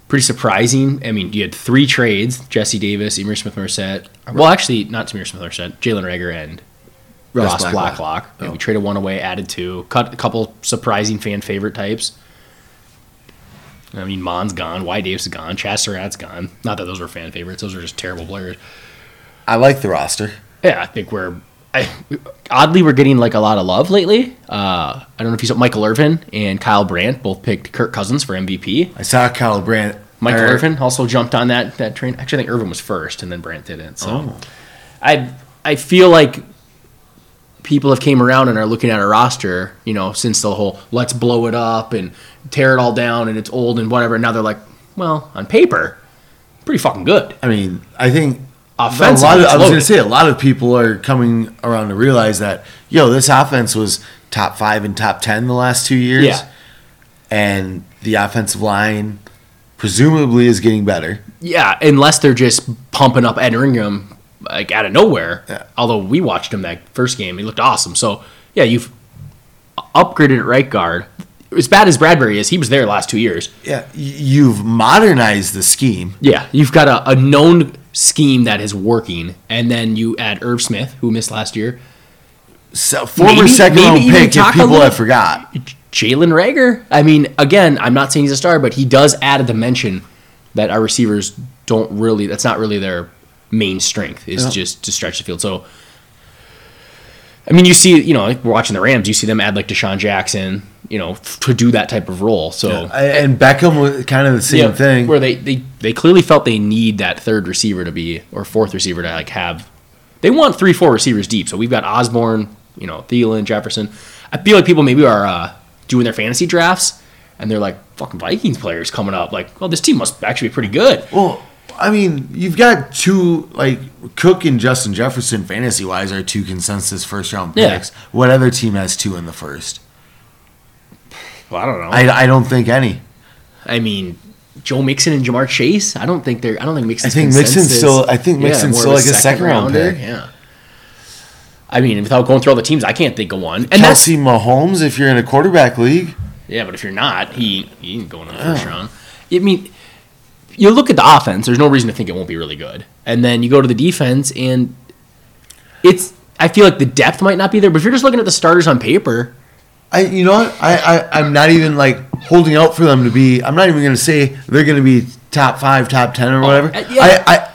[SPEAKER 3] pretty surprising. I mean, you had three trades: Jesse Davis, Emir Smith Merced. Well, actually, not Emir Smith Merced, Jalen Rager, and Ross, Blacklock. Oh. Yeah, we traded one away, added two, cut a couple surprising fan favorite types. I mean, Mon's gone, Y Davis is gone, Chaz Surratt's gone. Not that those were fan favorites; those are just terrible players.
[SPEAKER 2] I like the roster.
[SPEAKER 3] Yeah, I think we're I, oddly we're getting like a lot of love lately. Uh, I don't know if you saw Michael Irvin and Kyle Brandt both picked Kirk Cousins for MVP.
[SPEAKER 2] I saw Kyle Brandt.
[SPEAKER 3] Michael
[SPEAKER 2] or-
[SPEAKER 3] Irvin also jumped on that that train. Actually, I think Irvin was first, and then Brandt did it. So
[SPEAKER 2] Oh.
[SPEAKER 3] I I feel like people have came around and are looking at our roster. You know, since the whole let's blow it up and tear it all down and it's old and whatever. Now they're like, well, on paper, pretty fucking good.
[SPEAKER 2] I mean, I think A
[SPEAKER 3] Offensively,
[SPEAKER 2] lot of,
[SPEAKER 3] it's
[SPEAKER 2] I was
[SPEAKER 3] loaded.
[SPEAKER 2] going to say a lot of people are coming around to realize that yo, this offense was top five and top ten the last two years.
[SPEAKER 3] Yeah.
[SPEAKER 2] and the offensive line presumably is getting better.
[SPEAKER 3] Yeah, unless they're just pumping up Ed Ingram like out of nowhere.
[SPEAKER 2] Yeah.
[SPEAKER 3] Although we watched him that first game, he looked awesome. So yeah, you've upgraded at right guard. As bad as Bradbury is, he was there last two years.
[SPEAKER 2] Yeah, y- you've modernized the scheme.
[SPEAKER 3] Yeah, you've got a, a known scheme that is working, and then you add Irv Smith, who missed last year,
[SPEAKER 2] So, former
[SPEAKER 3] Maybe-
[SPEAKER 2] second
[SPEAKER 3] maybe
[SPEAKER 2] round
[SPEAKER 3] even
[SPEAKER 2] pick,
[SPEAKER 3] talk
[SPEAKER 2] if
[SPEAKER 3] a
[SPEAKER 2] people
[SPEAKER 3] little-
[SPEAKER 2] have forgot.
[SPEAKER 3] Jalen Rager. I mean, again, I'm not saying he's a star, but he does add a dimension that our receivers don't really. That's not really their main strength. Is
[SPEAKER 2] Yeah.
[SPEAKER 3] just to stretch the field. So, I mean, you see, you know, like we're watching the Rams. You see them add like Deshaun Jackson, you know, f- to do that type of role. So.
[SPEAKER 2] I- And Beckham was kind of the same
[SPEAKER 3] Yeah,
[SPEAKER 2] thing.
[SPEAKER 3] Where they, they they clearly felt they need that third receiver to be or fourth receiver to like have. They want three, four receivers deep. So we've got Osborne, you know, Thielen, Jefferson. I feel like people maybe are uh, doing their fantasy drafts and they're like fucking Vikings players coming up. Like, well, this team must actually be pretty good.
[SPEAKER 2] Well, I mean, you've got two like Cook and Justin Jefferson fantasy wise are two consensus first round
[SPEAKER 3] Yeah.
[SPEAKER 2] picks. What other team has two in the first?
[SPEAKER 3] Well, I don't know. I,
[SPEAKER 2] I, I don't think any.
[SPEAKER 3] mean, Joe Mixon and Jamar Chase. I don't think they're. I don't think Mixon's.
[SPEAKER 2] think Mixon's
[SPEAKER 3] consensus-
[SPEAKER 2] still- I think Mixon's
[SPEAKER 3] more
[SPEAKER 2] still
[SPEAKER 3] of
[SPEAKER 2] like a second round
[SPEAKER 3] rounder.
[SPEAKER 2] pick.
[SPEAKER 3] Yeah. I mean, without going through all the teams, I can't think of one. And that's
[SPEAKER 2] Kelsey Mahomes, if you're in a quarterback league,
[SPEAKER 3] Yeah, but if you're not, he he ain't going in the first round. Oh. I mean, you look at the offense. There's no reason to think it won't be really good. And then you go to the defense, and it's. I feel like the depth might not be there, but if you're just looking at the starters on paper,
[SPEAKER 2] I you know what? I, I I'm not even like holding out for them to be. I'm not even going to say they're going to be top five, top ten, or whatever.
[SPEAKER 3] uh, yeah.
[SPEAKER 2] I, I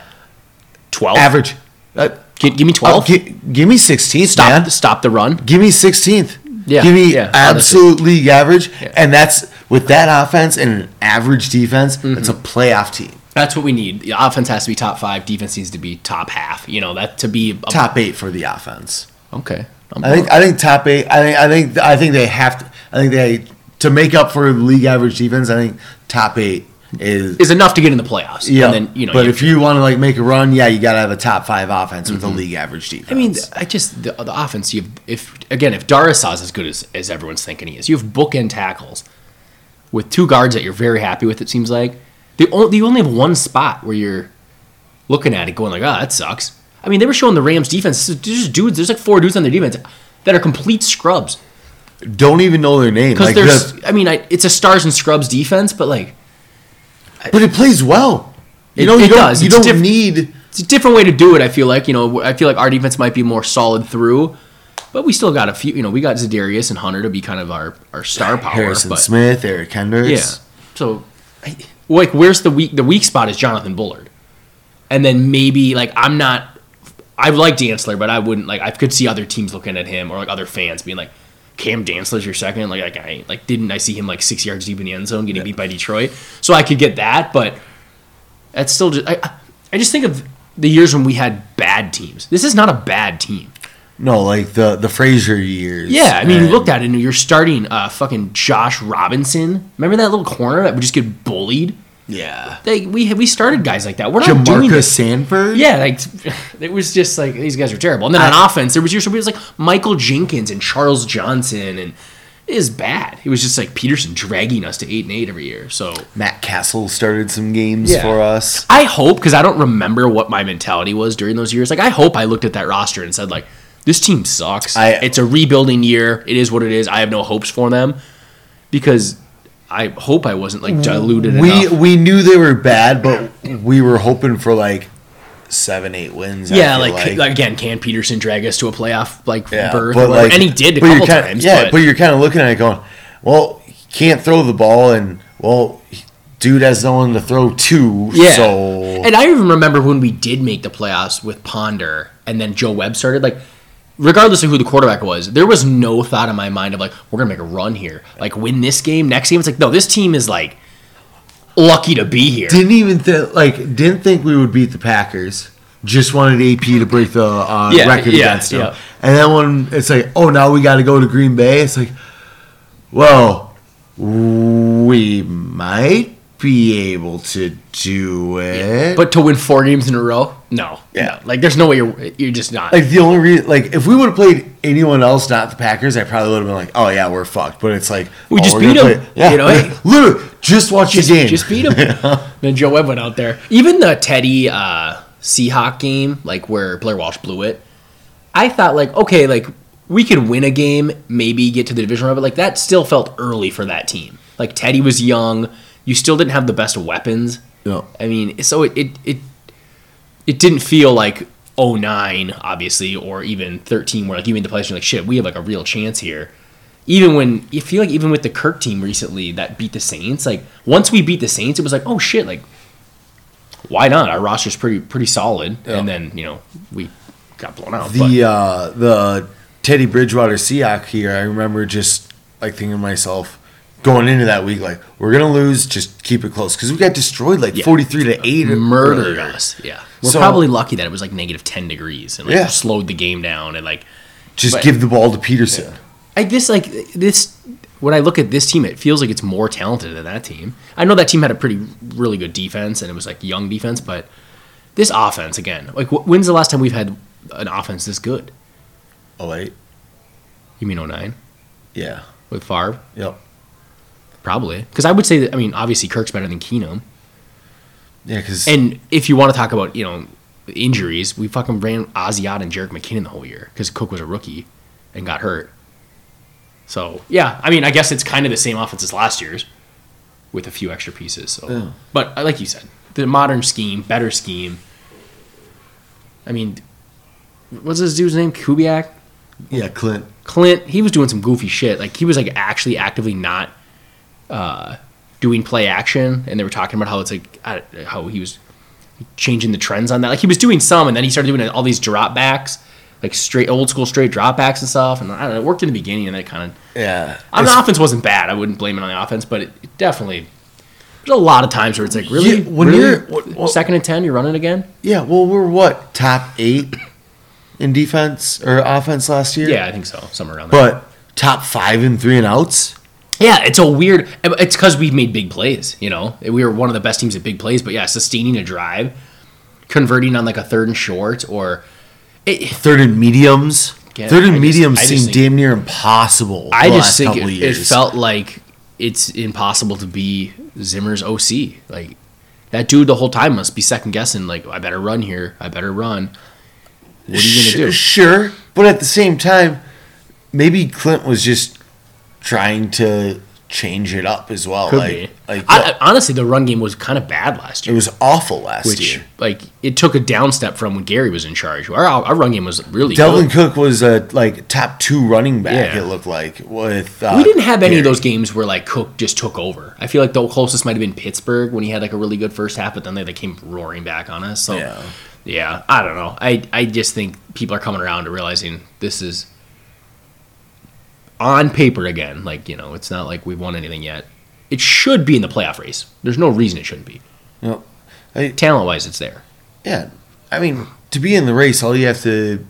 [SPEAKER 3] twelve
[SPEAKER 2] average. Uh,
[SPEAKER 3] Gi- give me
[SPEAKER 2] oh,
[SPEAKER 3] twelve.
[SPEAKER 2] gi- give me 16th,
[SPEAKER 3] stop
[SPEAKER 2] man.
[SPEAKER 3] stop the run.
[SPEAKER 2] Give me 16th.
[SPEAKER 3] Yeah,
[SPEAKER 2] Give me
[SPEAKER 3] yeah,
[SPEAKER 2] absolute league average. And that's with that offense and an average defense, it's
[SPEAKER 3] Mm-hmm.
[SPEAKER 2] a playoff team.
[SPEAKER 3] That's what we need. The offense has to be top five. Defense needs to be top half. You know that to be a,
[SPEAKER 2] Top eight for the offense.
[SPEAKER 3] Okay, I'm-
[SPEAKER 2] I think I think top eight I think I think I think they have to I think they to make up for league average defense, I think top eight is
[SPEAKER 3] is enough to get in the playoffs.
[SPEAKER 2] yeah,
[SPEAKER 3] and then you know.
[SPEAKER 2] but
[SPEAKER 3] you-
[SPEAKER 2] if you want to like make a run, yeah, you got to have a top five offense with a league average defense.
[SPEAKER 3] Mm-hmm. I mean, I just the, the offense. You have if again if Darisaw's as good as, as everyone's thinking he is, you have bookend tackles with two guards that you're very happy with. It seems like the only you only have one spot where you're looking at it going like, oh, that sucks. I mean, they were showing the Rams defense. There's just dudes. There's like four dudes on their defense that are complete scrubs
[SPEAKER 2] don't even know their name.
[SPEAKER 3] because
[SPEAKER 2] Like,
[SPEAKER 3] there's.
[SPEAKER 2] the-
[SPEAKER 3] I mean, I, it's a stars and scrubs defense, but like
[SPEAKER 2] but it plays well. You
[SPEAKER 3] It-
[SPEAKER 2] know, you
[SPEAKER 3] it
[SPEAKER 2] don't,
[SPEAKER 3] does.
[SPEAKER 2] You
[SPEAKER 3] It's
[SPEAKER 2] don't
[SPEAKER 3] diff-
[SPEAKER 2] need.
[SPEAKER 3] it's a different way to do it. I feel like you know, I feel like our defense might be more solid through, but we still got a few. You know, we got Zadarius and Hunter to be kind of our, our star power.
[SPEAKER 2] [sighs] Harrison
[SPEAKER 3] but
[SPEAKER 2] Smith, Eric Kendricks.
[SPEAKER 3] yeah, so I, like, where's the weak? The weak spot is Jonathan Bullard, and then maybe like I'm not. I like Dantzler, but I wouldn't like. I could see other teams looking at him or like other fans being like, "Cam Dantzler's your second? Like, like I like didn't I see him like six yards deep in the end zone getting beat by Detroit? So I could get that, but that's still just. I, I- I just think of the years when we had bad teams. This is not a bad team.
[SPEAKER 2] No, like the the Frazier years.
[SPEAKER 3] Yeah, I mean, you
[SPEAKER 2] and-
[SPEAKER 3] looked at it and you're starting uh, fucking Josh Robinson. Remember that little corner that would just get bullied?
[SPEAKER 2] Yeah.
[SPEAKER 3] They, we we started guys like that. We're not doing
[SPEAKER 2] Jamarcus
[SPEAKER 3] this.
[SPEAKER 2] Sanford.
[SPEAKER 3] Yeah, like [laughs] it was just like these guys are terrible. And then on offense, there was years where it was like Michael Jenkins and Charles Johnson and is bad. It was just like Peterson dragging us to eight and eight every year. So
[SPEAKER 2] Matt Castle started some games
[SPEAKER 3] Yeah.
[SPEAKER 2] for us.
[SPEAKER 3] I hope because I don't remember what my mentality was during those years. Like I hope I looked at that roster and said like, this team sucks.
[SPEAKER 2] I-
[SPEAKER 3] it's a rebuilding year. It is what it is. I have no hopes for them because I hope I wasn't like diluted
[SPEAKER 2] We
[SPEAKER 3] enough.
[SPEAKER 2] we knew they were bad, but we were hoping for like seven, eight wins. I
[SPEAKER 3] Yeah,
[SPEAKER 2] feel
[SPEAKER 3] like, like, again, can Peterson drag us to a playoff like
[SPEAKER 2] Yeah,
[SPEAKER 3] berth? or whatever? and he did a
[SPEAKER 2] but you're
[SPEAKER 3] couple
[SPEAKER 2] kinda-
[SPEAKER 3] times.
[SPEAKER 2] Yeah,
[SPEAKER 3] but,
[SPEAKER 2] but, you're kind of looking at it going, well, he can't throw the ball, and well, he- dude has no one to throw to.
[SPEAKER 3] Yeah.
[SPEAKER 2] So
[SPEAKER 3] And I even remember when we did make the playoffs with Ponder and then Joe Webb started, like, regardless of who the quarterback was, there was no thought in my mind of, like, we're going to make a run here. Like, win this game, next game. It's like, no, this team is, like, lucky to be here.
[SPEAKER 2] didn't even th- like didn't think we would beat the Packers. Just wanted AP to break the uh,
[SPEAKER 3] Yeah,
[SPEAKER 2] record
[SPEAKER 3] yeah,
[SPEAKER 2] against them.
[SPEAKER 3] yeah.
[SPEAKER 2] And then when it's like, oh, now we got to go to Green Bay. It's like, well, we might be able to do it.
[SPEAKER 3] but to win four games in a row? No.
[SPEAKER 2] Eh? Yeah.
[SPEAKER 3] No. Like, there's no way you're, you're just not.
[SPEAKER 2] Like the only reason, like if we would have played anyone else, not the Packers, I probably would have been like, "Oh yeah, we're fucked." But it's like
[SPEAKER 3] We
[SPEAKER 2] oh,
[SPEAKER 3] just
[SPEAKER 2] we're
[SPEAKER 3] beat
[SPEAKER 2] gonna
[SPEAKER 3] 'em,
[SPEAKER 2] play- Yeah,
[SPEAKER 3] you know?
[SPEAKER 2] like, literally, just watch
[SPEAKER 3] just,
[SPEAKER 2] the game. [laughs]
[SPEAKER 3] just beat him. Then Joe Webb went out there. Even the Teddy uh, Seahawk game, like where Blair Walsh blew it, I thought like, okay, like we could win a game, maybe get to the division round, but like that still felt early for that team. Like Teddy was young. You still didn't have the best weapons.
[SPEAKER 2] No.
[SPEAKER 3] I mean, so it it it, it didn't feel like 09, obviously, or even 13, where like you made the playoffs, and you're like, shit, we have like a real chance here. Even when you feel like even with the Kirk team recently that beat the Saints, like once we beat the Saints, it was like, oh shit, like why not? Our roster's pretty pretty solid, and then you know we got blown out. but-
[SPEAKER 2] the uh, the Teddy Bridgewater Seahawk here. I remember just like thinking to myself going into that week, like we're gonna lose. Just keep it close because we got destroyed like forty three to eight.
[SPEAKER 3] murdered
[SPEAKER 2] earlier.
[SPEAKER 3] us. Yeah, we're
[SPEAKER 2] So-
[SPEAKER 3] probably lucky that it was like negative ten degrees and like
[SPEAKER 2] Yeah.
[SPEAKER 3] slowed the game down. And like,
[SPEAKER 2] Just
[SPEAKER 3] But-
[SPEAKER 2] give the ball to Peterson.
[SPEAKER 3] I guess like this, when I look at this team, it feels like it's more talented than that team. I know that team had a pretty really good defense and it was like young defense, but this offense again, like wh- when's the last time we've had an offense this good?
[SPEAKER 2] Oh wait,
[SPEAKER 3] You mean 09
[SPEAKER 2] yeah,
[SPEAKER 3] with Favre?
[SPEAKER 2] yep,
[SPEAKER 3] Probably, because I would say that. I mean, obviously Kirk's better than Keenum.
[SPEAKER 2] yeah, because
[SPEAKER 3] And if you want to talk about, you know, injuries, we fucking ran Ozzy out and Jarek McKinnon the whole year because Cook was a rookie and got hurt. So yeah, I mean, I guess it's kind of the same offense as last year's, with a few extra pieces. So, but uh, like you said, the modern scheme, better scheme. I mean, what's this dude's name? Kubiak,
[SPEAKER 2] yeah, Clint.
[SPEAKER 3] Clint. He was doing some goofy shit. Like he was like actually actively not uh, doing play action, and they were talking about how it's like I don't- how he was changing the trends on that. Like he was doing some, and then he started doing all these drop backs, like straight old school straight drop backs and stuff. And I don't know, it worked in the beginning, and that kind of.
[SPEAKER 2] Yeah,
[SPEAKER 3] I mean,
[SPEAKER 2] It's-
[SPEAKER 3] the offense wasn't bad. I wouldn't blame it on the offense, but it, it definitely. There's a lot of times where it's like really
[SPEAKER 2] Yeah, when
[SPEAKER 3] really?
[SPEAKER 2] you're- what- what-
[SPEAKER 3] second and ten, you're running again.
[SPEAKER 2] Yeah, well, we're what top eight in defense or offense last year.
[SPEAKER 3] Yeah, I think so, somewhere around there.
[SPEAKER 2] but top five in three and outs.
[SPEAKER 3] Yeah, it's a weird. It's because we made big plays. You know, we were one of the best teams at big plays. But yeah, sustaining a drive, converting on like a third and short, or it,
[SPEAKER 2] Third and mediums.
[SPEAKER 3] Again,
[SPEAKER 2] Third
[SPEAKER 3] I
[SPEAKER 2] and
[SPEAKER 3] just-
[SPEAKER 2] mediums
[SPEAKER 3] I just
[SPEAKER 2] seem
[SPEAKER 3] think-
[SPEAKER 2] damn near impossible.
[SPEAKER 3] I
[SPEAKER 2] the
[SPEAKER 3] just
[SPEAKER 2] last
[SPEAKER 3] think
[SPEAKER 2] couple of
[SPEAKER 3] it, it
[SPEAKER 2] years.
[SPEAKER 3] felt like it's impossible to be Zimmer's OC. Like that dude the whole time must be second guessing. Like I better run here. I better run. What are you gonna
[SPEAKER 2] Sure-
[SPEAKER 3] do?
[SPEAKER 2] Sure, but at the same time, maybe Clint was just trying to change it up as well.
[SPEAKER 3] Could
[SPEAKER 2] like,
[SPEAKER 3] be.
[SPEAKER 2] like
[SPEAKER 3] I, I- honestly, the run game was kind of bad last
[SPEAKER 2] it
[SPEAKER 3] year.
[SPEAKER 2] was awful last
[SPEAKER 3] Which,
[SPEAKER 2] year.
[SPEAKER 3] like, it took a down step from when Gary was in charge. Our, our run game was really good.
[SPEAKER 2] Delvin Cook was a like top two running back.
[SPEAKER 3] Yeah.
[SPEAKER 2] It looked like with uh,
[SPEAKER 3] We didn't have any of those games where like Cook just took over. I feel like the closest might have been Pittsburgh when he had like a really good first half, but then they like came roaring back on us. So
[SPEAKER 2] Yeah.
[SPEAKER 3] yeah, I don't know. I I just think people are coming around to realizing this is on paper again. Like you know, it's not like we've won anything yet. It should be in the playoff race. There's no reason it shouldn't be.
[SPEAKER 2] No. I-
[SPEAKER 3] Talent wise, it's there.
[SPEAKER 2] Yeah, I mean, to be in the race, all you have to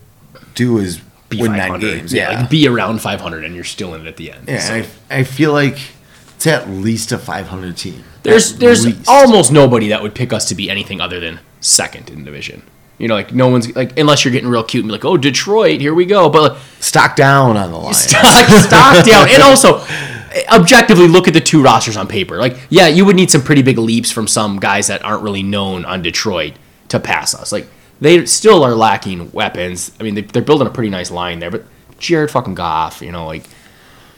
[SPEAKER 2] do is
[SPEAKER 3] Be
[SPEAKER 2] win nine
[SPEAKER 3] 500.
[SPEAKER 2] games. Yeah,
[SPEAKER 3] like be around 500, and you're still in it at the end.
[SPEAKER 2] yeah.
[SPEAKER 3] So-
[SPEAKER 2] I, I feel like it's at least a 500 team.
[SPEAKER 3] There's
[SPEAKER 2] At
[SPEAKER 3] there's
[SPEAKER 2] least.
[SPEAKER 3] almost nobody that would pick us to be anything other than second in the division. You know, like no one's like unless you're getting real cute and be like, oh Detroit, here we go. But like,
[SPEAKER 2] Stock down on the line.
[SPEAKER 3] stock [laughs] stock down, and also objectively look at the two rosters on paper. Like, yeah, you would need some pretty big leaps from some guys that aren't really known on Detroit to pass us. Like, they still are lacking weapons. I mean, they, they're building a pretty nice line there, but Jared fucking Goff, you know, like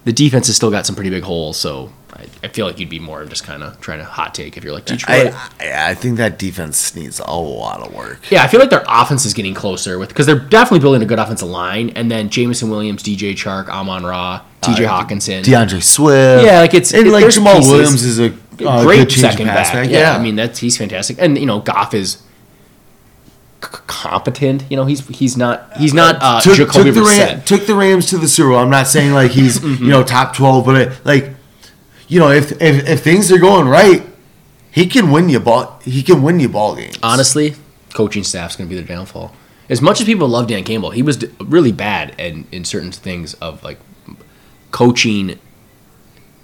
[SPEAKER 3] the defense has still got some pretty big holes. So I, I feel like you'd be more of just kind of trying to hot take if you're like Detroit.
[SPEAKER 2] I, I, I think that defense needs a lot of work.
[SPEAKER 3] Yeah, I feel like their offense is getting closer with because they're definitely building a good offensive line, and then Jamison Williams, DJ Chark, Amon Ra,
[SPEAKER 2] Uh,
[SPEAKER 3] T.J. Hawkinson,
[SPEAKER 2] DeAndre Swift.
[SPEAKER 3] Yeah, like, it's-
[SPEAKER 2] and
[SPEAKER 3] it-
[SPEAKER 2] like
[SPEAKER 3] there's
[SPEAKER 2] Jamal
[SPEAKER 3] pieces.
[SPEAKER 2] Williams is a uh,
[SPEAKER 3] great
[SPEAKER 2] good change of
[SPEAKER 3] second
[SPEAKER 2] pass
[SPEAKER 3] back.
[SPEAKER 2] back.
[SPEAKER 3] Yeah, I mean that's he's fantastic, and you know Goff is c- c- competent. You know he's he's not he's not uh,
[SPEAKER 2] took,
[SPEAKER 3] Jacoby
[SPEAKER 2] took the
[SPEAKER 3] Brissett. Mm-hmm.
[SPEAKER 2] Ram, took the Rams to the Super Bowl. I'm not saying like
[SPEAKER 3] [laughs]
[SPEAKER 2] he's you know top twelve, but it, like you know if, if if things are going right, he can win you ball. He can win you ball games.
[SPEAKER 3] Honestly, coaching staff's going to be their downfall. As much as people love Dan Campbell, he was d- really bad in, in certain things of like coaching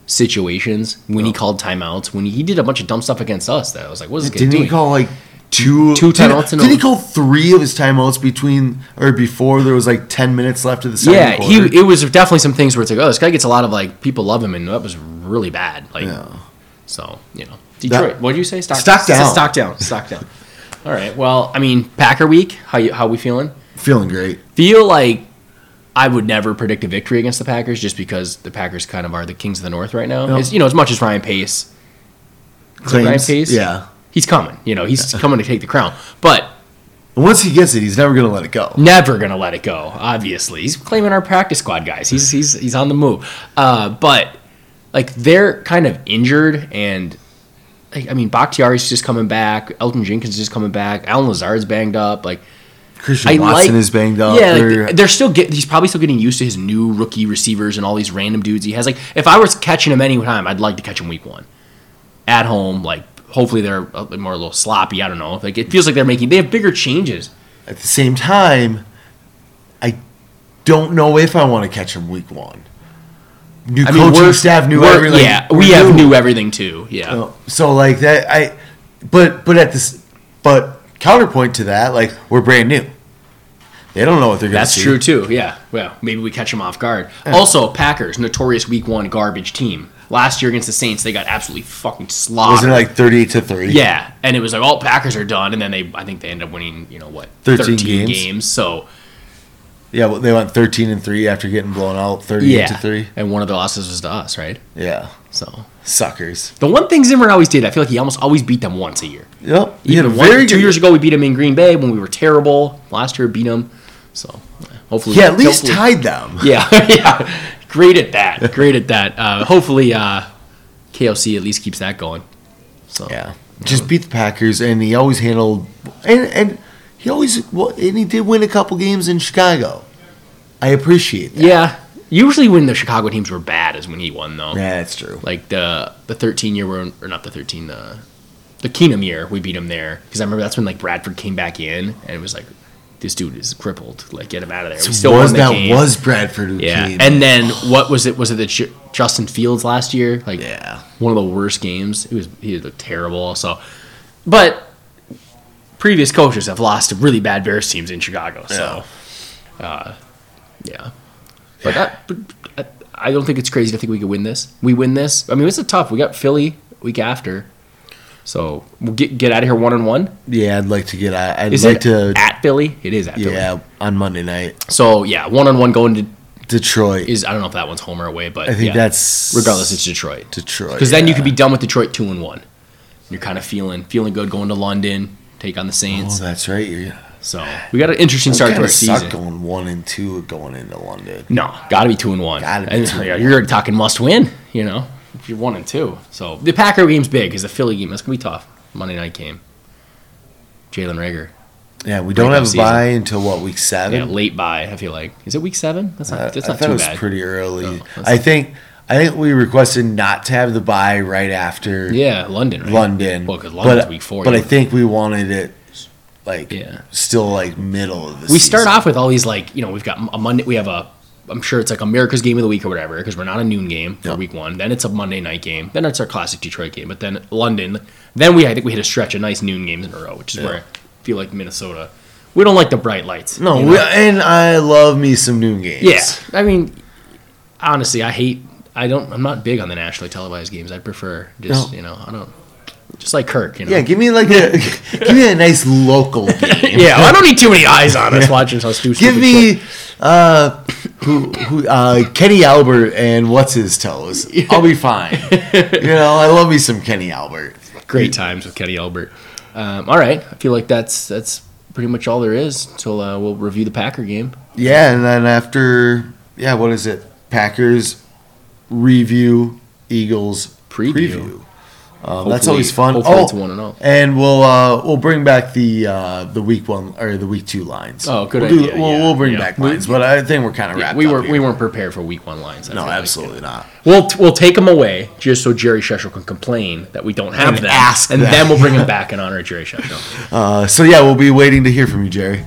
[SPEAKER 3] situations when he called timeouts. When he did a bunch of dumb stuff against us, that I was like, "What is this kid
[SPEAKER 2] didn't
[SPEAKER 3] doing?"
[SPEAKER 2] he call like two
[SPEAKER 3] Two
[SPEAKER 2] didn't-
[SPEAKER 3] timeouts in a-
[SPEAKER 2] Didn't he call three of his timeouts between or before there was like ten minutes left of the second
[SPEAKER 3] yeah,
[SPEAKER 2] quarter?
[SPEAKER 3] he it was definitely some things where it's like, "Oh, this guy gets a lot of like people love him," and that was really bad. Like,
[SPEAKER 2] Yeah.
[SPEAKER 3] so you know, Detroit. what did you say? Stock,
[SPEAKER 2] Stock down.
[SPEAKER 3] Stock down. Stock down. All right. Well, I mean, Packer week. How you, how we feeling?
[SPEAKER 2] feeling great.
[SPEAKER 3] feel like I would never predict a victory against the Packers just because the Packers kind of are the kings of the north right now.
[SPEAKER 2] No.
[SPEAKER 3] It's, you know, as much as Ryan Pace,
[SPEAKER 2] Claims,
[SPEAKER 3] Pace?
[SPEAKER 2] yeah.
[SPEAKER 3] he's coming. You know, he's coming to take the crown, but
[SPEAKER 2] And once he gets it, he's never gonna let it go.
[SPEAKER 3] never gonna let it go. Obviously, he's claiming our practice squad guys. He's he's he's on the move. Uh, but like they're kind of injured, and like, I mean, Bakhtiari's just coming back. Elton Jenkins is just coming back. Alan Lazard's banged up. Like
[SPEAKER 2] Christian Watson is banged up.
[SPEAKER 3] Yeah, like,
[SPEAKER 2] They're-
[SPEAKER 3] they're still get. He's probably still getting used to his new rookie receivers and all these random dudes he has. Like, if I was catching him any time, I'd like to catch him week one, at home. Like, hopefully they're a bit more a little sloppy. I don't know. Like, it feels like they're making. They have bigger changes.
[SPEAKER 2] At the same time, I don't know if I want to catch him week one. New
[SPEAKER 3] I
[SPEAKER 2] coaching
[SPEAKER 3] we're-
[SPEAKER 2] staff, new
[SPEAKER 3] we're-
[SPEAKER 2] everything. Oh,
[SPEAKER 3] Yeah,
[SPEAKER 2] we're
[SPEAKER 3] we have
[SPEAKER 2] new.
[SPEAKER 3] new e-, everything too. Yeah,
[SPEAKER 2] So- So like that, I. But but at this, but counterpoint to that, like we're brand new. They don't know what they're going to
[SPEAKER 3] that's
[SPEAKER 2] see.
[SPEAKER 3] true too. Yeah, well, maybe we catch him off guard. Also, Packers notorious week one garbage team. Last year against the Saints, they got absolutely fucking slaughtered.
[SPEAKER 2] Wasn't it like thirty-eight to thirty?
[SPEAKER 3] Yeah, and it was like all Packers are done, and then they I think they ended up winning you know what
[SPEAKER 2] 13 games.
[SPEAKER 3] So
[SPEAKER 2] yeah. Well, they went thirteen and three after getting blown out, thirty-eight
[SPEAKER 3] yeah,
[SPEAKER 2] to three.
[SPEAKER 3] and one of the losses was to us, right?
[SPEAKER 2] Yeah,
[SPEAKER 3] So
[SPEAKER 2] suckers.
[SPEAKER 3] the one thing Zimmer always did, I feel like he almost always beat them once a year.
[SPEAKER 2] Yep. He had a
[SPEAKER 3] Even one,
[SPEAKER 2] very
[SPEAKER 3] two
[SPEAKER 2] good-
[SPEAKER 3] years ago, we beat them in Green Bay when we were terrible. Last year, beat them. So yeah, hopefully,
[SPEAKER 2] Yeah, at least
[SPEAKER 3] hopefully-
[SPEAKER 2] tied them.
[SPEAKER 3] [laughs] Yeah, yeah. Great at that. Great at that. Uh, hopefully, uh, KOC at least keeps that going. So
[SPEAKER 2] Yeah, just beat the Packers, and he always handled, and and he always well, and he did win a couple games in Chicago. I appreciate that.
[SPEAKER 3] yeah. Usually, when the Chicago teams were bad, is when he won though.
[SPEAKER 2] Yeah, that's true.
[SPEAKER 3] like the the 13 year we're or not the 13 the the Keenum year we beat him there because I remember that's when like Bradford came back in and it was like this dude is crippled like get him out of there we still
[SPEAKER 2] was
[SPEAKER 3] won the
[SPEAKER 2] that
[SPEAKER 3] game.
[SPEAKER 2] was Bradford who
[SPEAKER 3] yeah
[SPEAKER 2] came?
[SPEAKER 3] and then what was it was it the Ju- Justin Fields last year like
[SPEAKER 2] yeah,
[SPEAKER 3] one of the worst games it was he looked terrible so but previous coaches have lost to really bad Bears teams in Chicago so uh, yeah but, that, but I- I don't think it's crazy to think we could win this. We win this. I mean, it's a tough. We got Philly week after, so we'll get get out of here one and one.
[SPEAKER 2] yeah, I'd like to get. I, I'd
[SPEAKER 3] Is
[SPEAKER 2] like
[SPEAKER 3] it
[SPEAKER 2] to.
[SPEAKER 3] at Philly? It is at Philly.
[SPEAKER 2] yeah, on Monday night,
[SPEAKER 3] So yeah, one on one going to
[SPEAKER 2] Detroit.
[SPEAKER 3] is I don't know if that one's home or away, but
[SPEAKER 2] I think
[SPEAKER 3] yeah.
[SPEAKER 2] that's
[SPEAKER 3] regardless, it's Detroit.
[SPEAKER 2] Detroit.
[SPEAKER 3] Because then you
[SPEAKER 2] yeah.
[SPEAKER 3] could be done with Detroit two and one. You're kind of feeling feeling good going to London, take on
[SPEAKER 2] Oh,
[SPEAKER 3] the Saints.
[SPEAKER 2] that's right. You're
[SPEAKER 3] So we got an interesting start to
[SPEAKER 2] kinda
[SPEAKER 3] our
[SPEAKER 2] suck
[SPEAKER 3] season.
[SPEAKER 2] going one and two going into London.
[SPEAKER 3] No, got to be two and one.
[SPEAKER 2] Gotta be
[SPEAKER 3] And, [laughs]
[SPEAKER 2] two and
[SPEAKER 3] yeah, You're already talking must win. You know, if you're one and two. So the Packer game's big because the Philly game that's gonna be tough. Monday night game. Jalen Rager.
[SPEAKER 2] Yeah, we don't
[SPEAKER 3] Breakout
[SPEAKER 2] have a
[SPEAKER 3] season.
[SPEAKER 2] bye until what week
[SPEAKER 3] Yeah,
[SPEAKER 2] seven.
[SPEAKER 3] late bye. I feel like is it week seven? That's not. That's
[SPEAKER 2] Uh, I
[SPEAKER 3] not
[SPEAKER 2] thought
[SPEAKER 3] too
[SPEAKER 2] it was
[SPEAKER 3] bad.
[SPEAKER 2] pretty early.
[SPEAKER 3] that's
[SPEAKER 2] I think I think we requested not to have the buy right after
[SPEAKER 3] yeah, London. Right?
[SPEAKER 2] London.
[SPEAKER 3] Well, 'cause London's
[SPEAKER 2] but,
[SPEAKER 3] week four,
[SPEAKER 2] But
[SPEAKER 3] you
[SPEAKER 2] I
[SPEAKER 3] know.
[SPEAKER 2] think we wanted it like
[SPEAKER 3] Yeah.
[SPEAKER 2] still like middle of the
[SPEAKER 3] we start off with all these like you know we've got a Monday we have a I'm sure it's like America's game of the week or whatever because we're not a noon game for
[SPEAKER 2] Yeah.
[SPEAKER 3] week one. Then it's a Monday night game. Then it's our classic Detroit game. But then London. Then we I think we hit a stretch of nice noon games in a row, which is where I feel like Minnesota We don't like the bright lights.
[SPEAKER 2] No,
[SPEAKER 3] you know?
[SPEAKER 2] we, and I love me some noon games.
[SPEAKER 3] yeah. I mean, honestly, I hate. I don't. I'm not big on the nationally televised games. I prefer just
[SPEAKER 2] No.
[SPEAKER 3] you know. I don't. Just like Kirk, you know.
[SPEAKER 2] Yeah, give me like a give me a nice local game.
[SPEAKER 3] [laughs] Yeah, well, I don't need too many eyes on us watching us do.
[SPEAKER 2] Give
[SPEAKER 3] stupid shit.
[SPEAKER 2] me uh who who uh Kenny Albert and what's his toes. I'll be
[SPEAKER 3] [laughs]
[SPEAKER 2] fine. you know, I love me some Kenny Albert.
[SPEAKER 3] great
[SPEAKER 2] Mm-hmm.
[SPEAKER 3] times with Kenny Albert. Um, all right, I feel like that's that's pretty much all there is until uh, we'll review the Packer game.
[SPEAKER 2] Yeah, and then after yeah, what is it? Packers review Eagles
[SPEAKER 3] Preview.
[SPEAKER 2] preview. Um, that's
[SPEAKER 3] Hopefully-
[SPEAKER 2] always fun.
[SPEAKER 3] hopefully it's one and all.
[SPEAKER 2] and we'll uh, we'll bring back the uh, the week one or the week two lines.
[SPEAKER 3] Oh, good
[SPEAKER 2] we'll do-
[SPEAKER 3] idea,
[SPEAKER 2] we'll,
[SPEAKER 3] yeah,
[SPEAKER 2] we'll bring
[SPEAKER 3] yeah.
[SPEAKER 2] back
[SPEAKER 3] We-
[SPEAKER 2] lines, but I think we're kind of wrapped.
[SPEAKER 3] we
[SPEAKER 2] up
[SPEAKER 3] were
[SPEAKER 2] here.
[SPEAKER 3] we weren't prepared for Week One lines. I
[SPEAKER 2] no,
[SPEAKER 3] feel like.
[SPEAKER 2] absolutely not.
[SPEAKER 3] We'll we'll take them away just so Jerry Sheshel can complain that we don't have
[SPEAKER 2] And
[SPEAKER 3] them,
[SPEAKER 2] ask
[SPEAKER 3] and
[SPEAKER 2] them. [laughs]
[SPEAKER 3] then we'll bring them back in honor of Jerry Sheshel.
[SPEAKER 2] Uh, so yeah, we'll be waiting to hear from you, Jerry.